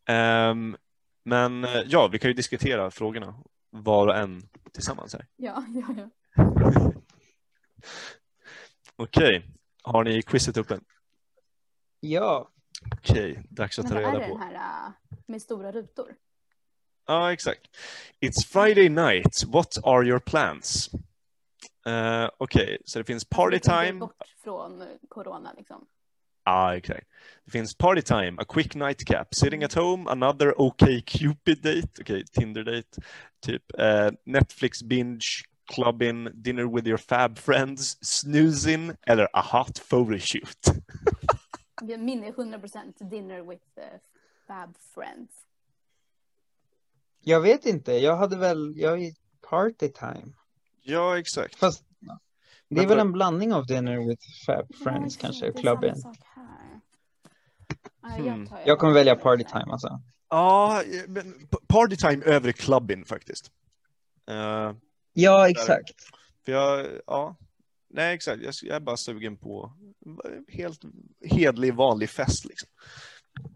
Ehm, men eh, ja, vi kan ju diskutera frågorna var och en tillsammans här. Ja, ja, ja. Okej, har ni quizet uppe? Ja, Okej, dags att Men ta vad är reda det den på. här äh, med stora rutor? Ja, exakt. It's Friday night. What are your plans? Eh, Okej, så det finns party Alltså, vi tänker time. Bort från eh, corona liksom. Ah, exakt. Det finns party time, a quick nightcap, sitting at home, another OK Cupid date, okay, Tinder date, typ eh, Netflix binge, clubbing, dinner with your fab friends, snoozing eller a hot photoshoot. Min är 100% dinner with eh, fab friends. jag vet inte, jag hade väl, jag är party time. ja, exakt. Fast det är Men väl vad- en blandning av dinner with fab friends kanske, och clubbing. Hmm. Jag kommer välja party time alltså. Ja, men p- party time över clubbing faktiskt. Eh, Ja, exakt. För jag, ja. Nej, exakt. Jag, jag är bara sugen på helt hedlig, vanlig fest. Liksom.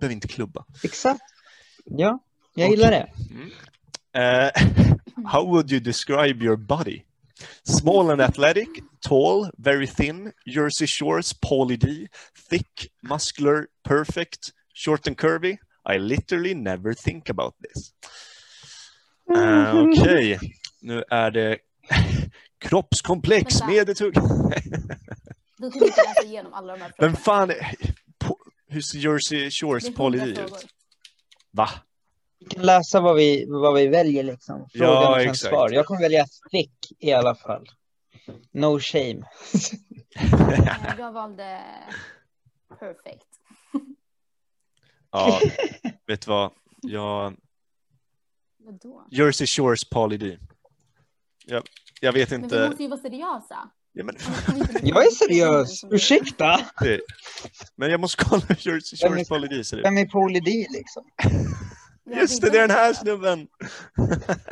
Behöver inte klubba. Exakt. Ja, jag gillar det. Eh, how would you describe your body? Small and athletic, tall, very thin, Jersey Shores, Pauly D, thick, muscular, perfect, short and curvy. I literally never think about this. Hmm. Eh, Okej, nu är det kroppskomplex Vänta. med ett hugg. Du kommer inte läsa igenom alla de här Vem frågorna. fan, är- på- hur ser Jersey Shores Pauly hundra D frågor. ut? Va? Vi kan läsa vad vi, vad vi väljer liksom. Frågan och Ja, sen exakt. svar. Jag kommer välja thick i alla fall. No shame. Eh, Jag valde perfect. Ja, vet du vad? Jag... Vadå? Jersey Shores Pauly D. Jag, jag vet Men vi inte. måste ju vara seriösa. Ja, men, Jag är seriös. Ursäkta. det- men jag måste kolla hur Jersey Vem är- Shores Pauly D ser ut. Vem är Paul D liksom? Just det, det är den här snubben!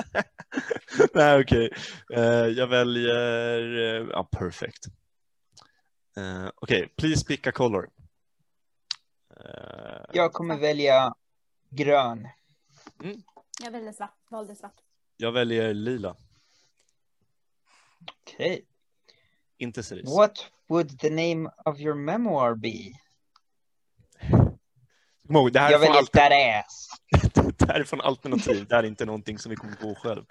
Nej, okej. Eh, jag väljer... eh, Ja, perfect. Eh, okej, please pick a color. Eh, Jag kommer välja grön. Jag valde svart. Valde svart. jag väljer lila, Okej. inte cerise. What would the name of your memoir be? Kom ihåg, det här Jag är från väljer allt- that ass. det här är från alternativ, det här är inte någonting som vi kommer på själv.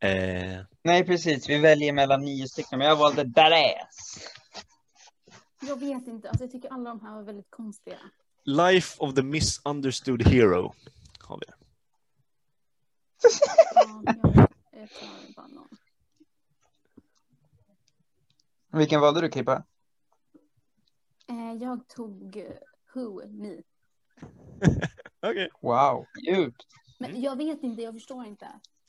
Eh, Nej precis, vi väljer mellan nio stycken men jag valde that ass. Jag vet inte. Alltså, jag tycker alla de här var väldigt konstiga. Life of the misunderstood hero. Har vi. Ja, jag, jag tar bara någon. Vilken valde du Klippa? Eh, Jag tog eh, Who Me. Okej. Wow, djupt. Mm. Men jag vet inte, jag förstår inte.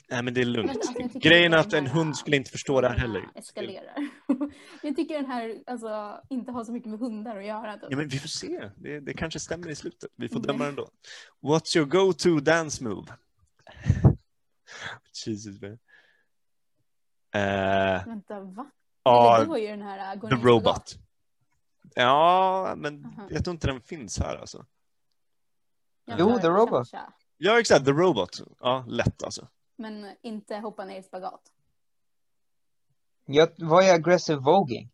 Nej, men det är Men lugnt. alltså, jag tycker Grejen är det att en här- hund skulle inte förstå det här heller. Eskalerar. jag tycker den här alltså, inte har så mycket med hundar att göra. typ. Ja, men vi får se. Det, det kanske stämmer i slutet. Vi får Nej. döma den då. What's your go-to dance move? Jesus, man. Eh, Vänta, va? Ja, Eller du har ju den här äh, går The ner på gatan. Robot. Ja, men Aha. jag tror inte den finns här alltså. Jag Jo, kör The Robot. cha-cha, Ja, exakt. The Robot. Ja, lätt alltså. Men inte hoppa ner i spagat. Jag, vad är aggressive voging?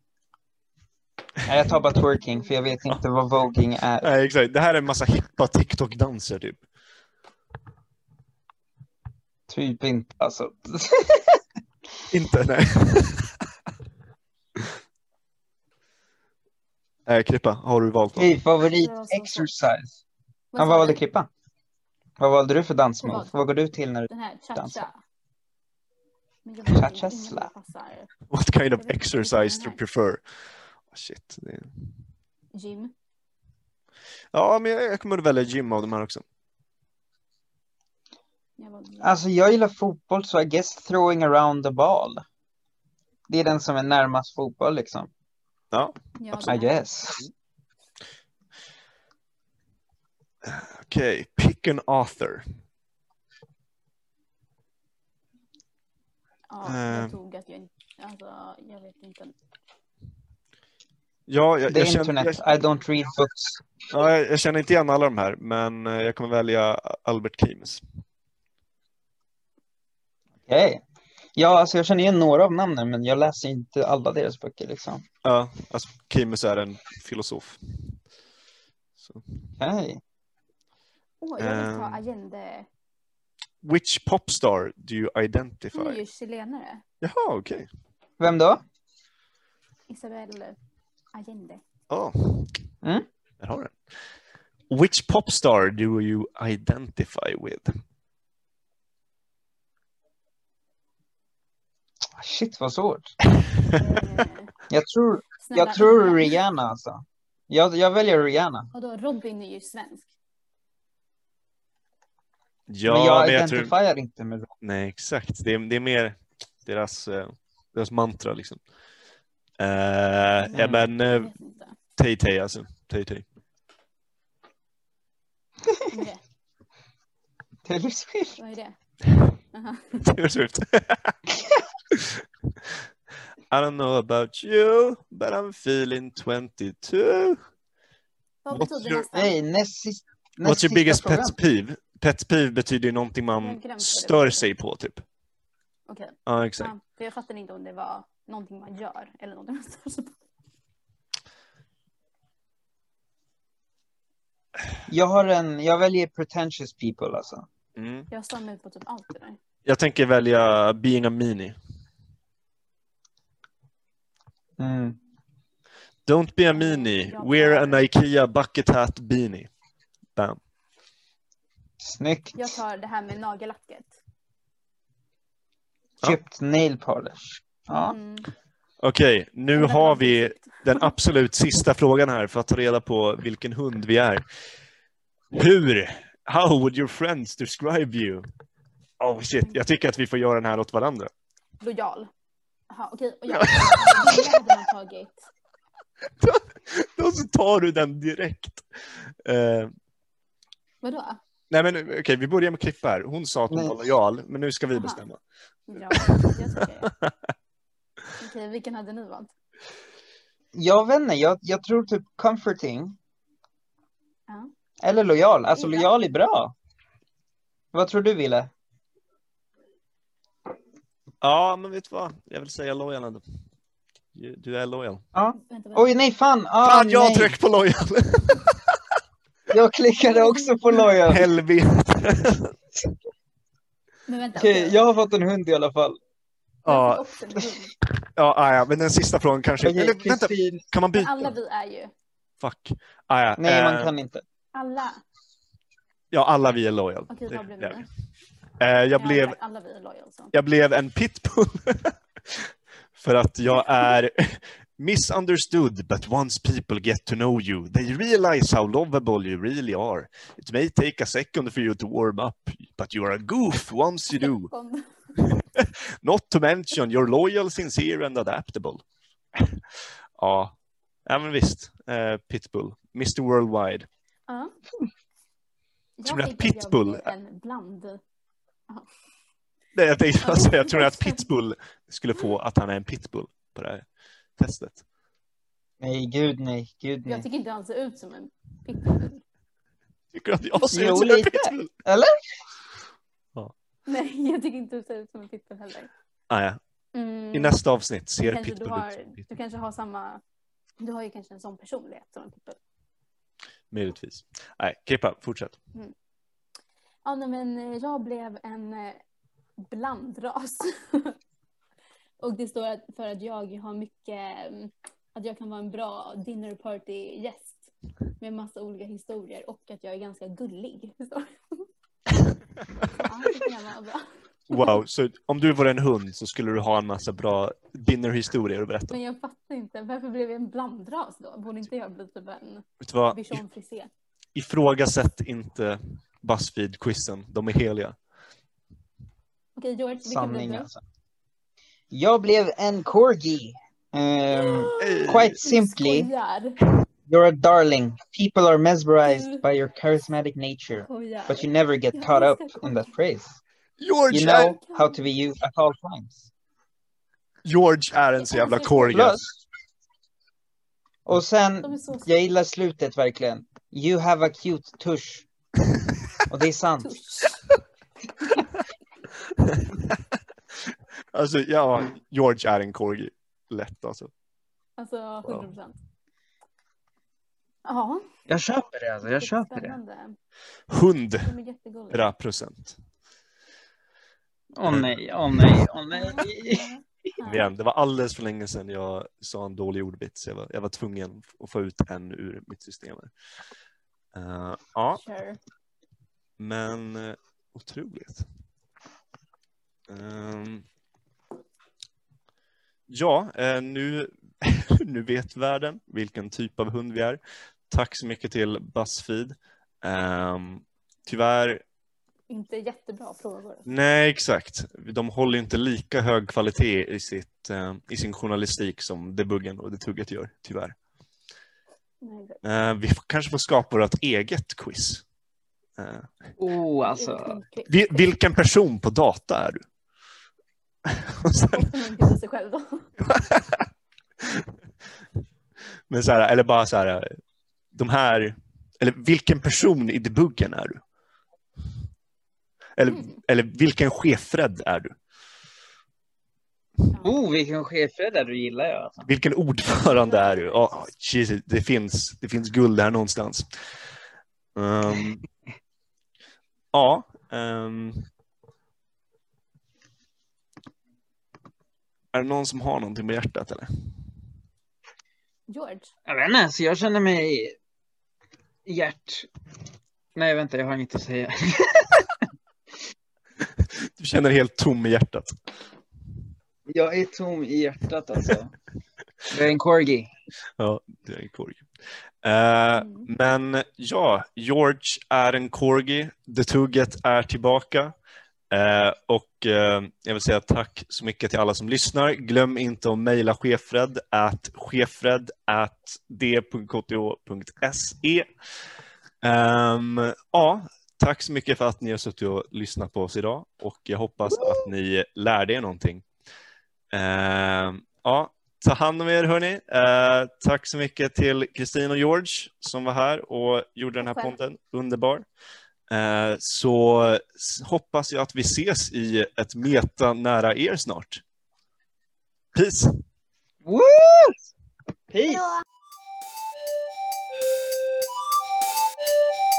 Nej, jag tar bara twerking för jag vet inte vad voging är. Nej, exakt. Det här är en massa hippa TikTok-danser typ. Typ inte alltså. inte, nej. Eh, Krippa, har du valt något? Hej, favorit exercise. Ja, vad valde Kippa? Vad valde du för dansmove? Vad går du till när du Den här dansar? cha-cha. Men jag vet inte, Cha-cha ingen slap. passar. What kind of exercise do you prefer? Oh, shit. det är- Gym. Ja, men jag jag kommer att välja gym av de här också. Jag valde- Alltså jag gillar fotboll så I guess throwing around the ball. Det är den som är närmast fotboll liksom. Ja, Ja, I guess. Okej, pick an author. Ja, jag Ehm. tog att jag inte... Alltså, jag vet inte. Ja, jag, The jag, internet, känner, jag, I don't read books. ja, jag, jag känner inte igen alla de här, men eh, jag kommer välja Albert Camus. Okej. Ja, alltså jag känner igen några av namnen men jag läser inte alla deras böcker liksom. Ja, alltså Camus är en filosof. Så. Okej. Åh, jag vill ta Ehm. Allende. Which popstar do you Hon är identify? ju chilenare. Jaha, okej. Vem då? Isabel Allende. Eh, Ja, Mm? där har du den. Which popstar do you identify with? Ah, Shit vad svårt. jag tror, Snälla, jag tror Rihanna. Rihanna alltså. Jag, jag väljer Rihanna. Och då Robin är ju svensk. Ja, men jag men jag tror- identifierar inte med dem. Nej, exakt. Det är, det är mer deras, eh, deras mantra liksom. Eh, Mm. Ja, men Jag eh, vet inte. Tay-Tay alltså. Tay-Tay. Nej, Taylor Swift. Vad är det? Aha. Taylor Swift. I don't know about you, but I'm feeling 22. Vad What's betyder your- nästa? Nej, näst sist. näst What's your sista biggest frågan. pet peeve? Pet peeve betyder ju någonting Jag man glömde det. stör sig på typ. Okej. Ja, exakt. Ja, för jag fattar inte om det var någonting man gör eller någonting man stör sig på. Jag har en, jag väljer pretentious people alltså. Mm. Jag stör mig på typ allt det där. Jag tänker välja being a meanie. Mm. Don't be a meanie, wear an IKEA bucket hat beanie. Bam. Snyggt. Jag tar det här med nagellacket. Köpt nail polish. Ja. Mm. Okej, nu Den har var vi den absolut sista frågan här för att ta reda på vilken hund vi är. Hur? How would your friends describe you? Oh shit, jag tycker att vi får göra den här åt varandra. Lojal. Jaha, okej. Och jag det hade man tagit. Då så tar du den direkt. Eh, Vadå? nej men okej, vi börjar med Klippa här. Hon sa att hon var lojal, men nu ska vi bestämma. Ja, jag tycker det. Okej, vilken hade ni valt? Jag vet inte, jag, jag tror typ comforting. Ja. Eller lojal. Alltså Ja. lojal är bra. Vad tror du Ville? Ja, men vet du vad? Jag vill säga lojal ändå. Du är lojal. Ja. Vänta, vänta. Oj nej fan! Ah, Fan, jag nej. tryck på lojal! jag klickade också på lojal. Helvete! Men vänta. Okej, okej. jag har fått en hund i alla fall. Jag fick också Ja, en hund. ja, ah, ja, men den sista frågan kanske. Okej, Eller vänta, Kristin. kan man Men byta? alla vi är ju. Fuck. Ah, ja. Nej eh, man kan inte. Alla. Ja, alla vi är lojal. Okej, Det- vad blev det är ni? vi. Eh, jag, Ja, blev, exakt, Alla vi är lojal. Så. jag blev en pitbull. För att jag är Misunderstood, but once people get to know you, they realize how lovable you really are. It may take a second for you to warm up, but you are a goof once you do. Not to mention you're loyal, sincere and adaptable. ja, ja men visst. Eh, Pitbull, Mr Worldwide. Ja. Jag Tror ni att tänker jag pitbull- blir En bland... Ja. Nej, jag tänkte bara säga, tror ni att pitbull skulle få att han är en pitbull på det här testet? Nej, gud nej, gud nej. Jag tycker inte han ser ut som en pitbull. Tycker du att jag ser Jo, ut som en lite. pitbull? Eller? Nej, jag tycker inte du ser ut som en pitbull heller. Nej, Mm. Ah, i nästa avsnitt Men ser kanske pitbull du har, ut. Du kanske har samma... Du har ju kanske en sån personlighet som en pitbull. Möjligtvis. Nej, Kippa, fortsätt. Mm. Ja, nej, men eh, jag blev en eh, blandras. och det står att för att jag har mycket, mm, att jag kan vara en bra dinner party gäst med massa olika historier och att jag är ganska gullig. Så. ja, det kan vara bra. Wow, så om du var en hund så skulle du ha en massa bra dinnerhistorier att berätta. Men jag fattar inte, varför blev jag en blandras då? Borde inte jag bli typ en Vet du vad? bichon frisé? Ifrågasätt inte Buzzfeed-quizen, de är heliga. Okej, George, vilken blev Sanning du? alltså. Jag blev en corgi. Ehm, quite simply, Skojar, you're a darling. People are mesmerized by your charismatic nature. skojar. But you never get caught up in that phrase. George, You är, know how to be you at all times. George är en så jävla alltså. korga. Plus. Och sen, De är så jag gillar slutet verkligen. You have a cute tush. Och det är sant. Alltså, ja, George är en korgi. Lätt alltså. Alltså 100 procent. Ja. Jag köper det alltså, jag köper det. Spännande. Hundra De är jättegulliga. procent. Åh nej, åh nej, åh nej. Igen, Det var alldeles för länge sedan jag sa en dålig ordvits. Jag var, jag var tvungen att få ut en ur mitt system. Här. Eh, ja, Sure. Men eh, otroligt. Ehm. ja, eh, nu, nu vet världen vilken typ av hund vi är. Tack så mycket till Buzzfeed. Ehm, tyvärr, Inte jättebra frågor. nej exakt. De håller inte lika hög kvalitet i, sitt, eh, i sin journalistik som Debuggen och Det Tugget gör, tyvärr. Nej, det- Eh, vi får- kanske får skapa vårt eget quiz. Eh, Oh, alltså. vi- vilken person på data är du? Och sen- Och man bjuder sig själv då. Men så här, eller bara så här, de här, eller vilken person i debuggen är du? Eller, Mm. eller vilken chefred är du? Oh, vilken chefredare du gillar jag alltså. Vilken ordförande är du? Oh, Jesus, det, finns, det finns guld här någonstans. Ehm, ja. ehm. är det någon som har någonting på hjärtat eller? George, Jag vet inte, så jag känner mig hjärt... Nej, vänta, jag har inget att säga. Du känner dig helt tom i hjärtat. Jag är tom i hjärtat alltså. Jag är en corgi. Ja, det är en korgi. Eh, Mm. Men ja, George är en korgi. The Tugget är tillbaka. Eh, och eh, jag vill säga tack så mycket till alla som lyssnar. Glöm inte att mejla chefred at chefred at d.kto.se. e. Ehm, ja, tack så mycket för att ni har suttit och lyssnat på oss idag och jag hoppas att ni lärde er någonting. Ehm, ja, Ta hand om er hörni. Eh, tack så mycket till Kristin och George som var här och gjorde den här Tack själv. podden. Underbar. Eh, så s- hoppas jag att vi ses i ett meta nära er snart. Peace! Woo! Peace!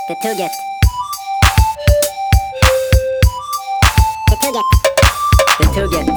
The Tugget. The Tugget. The Tugget.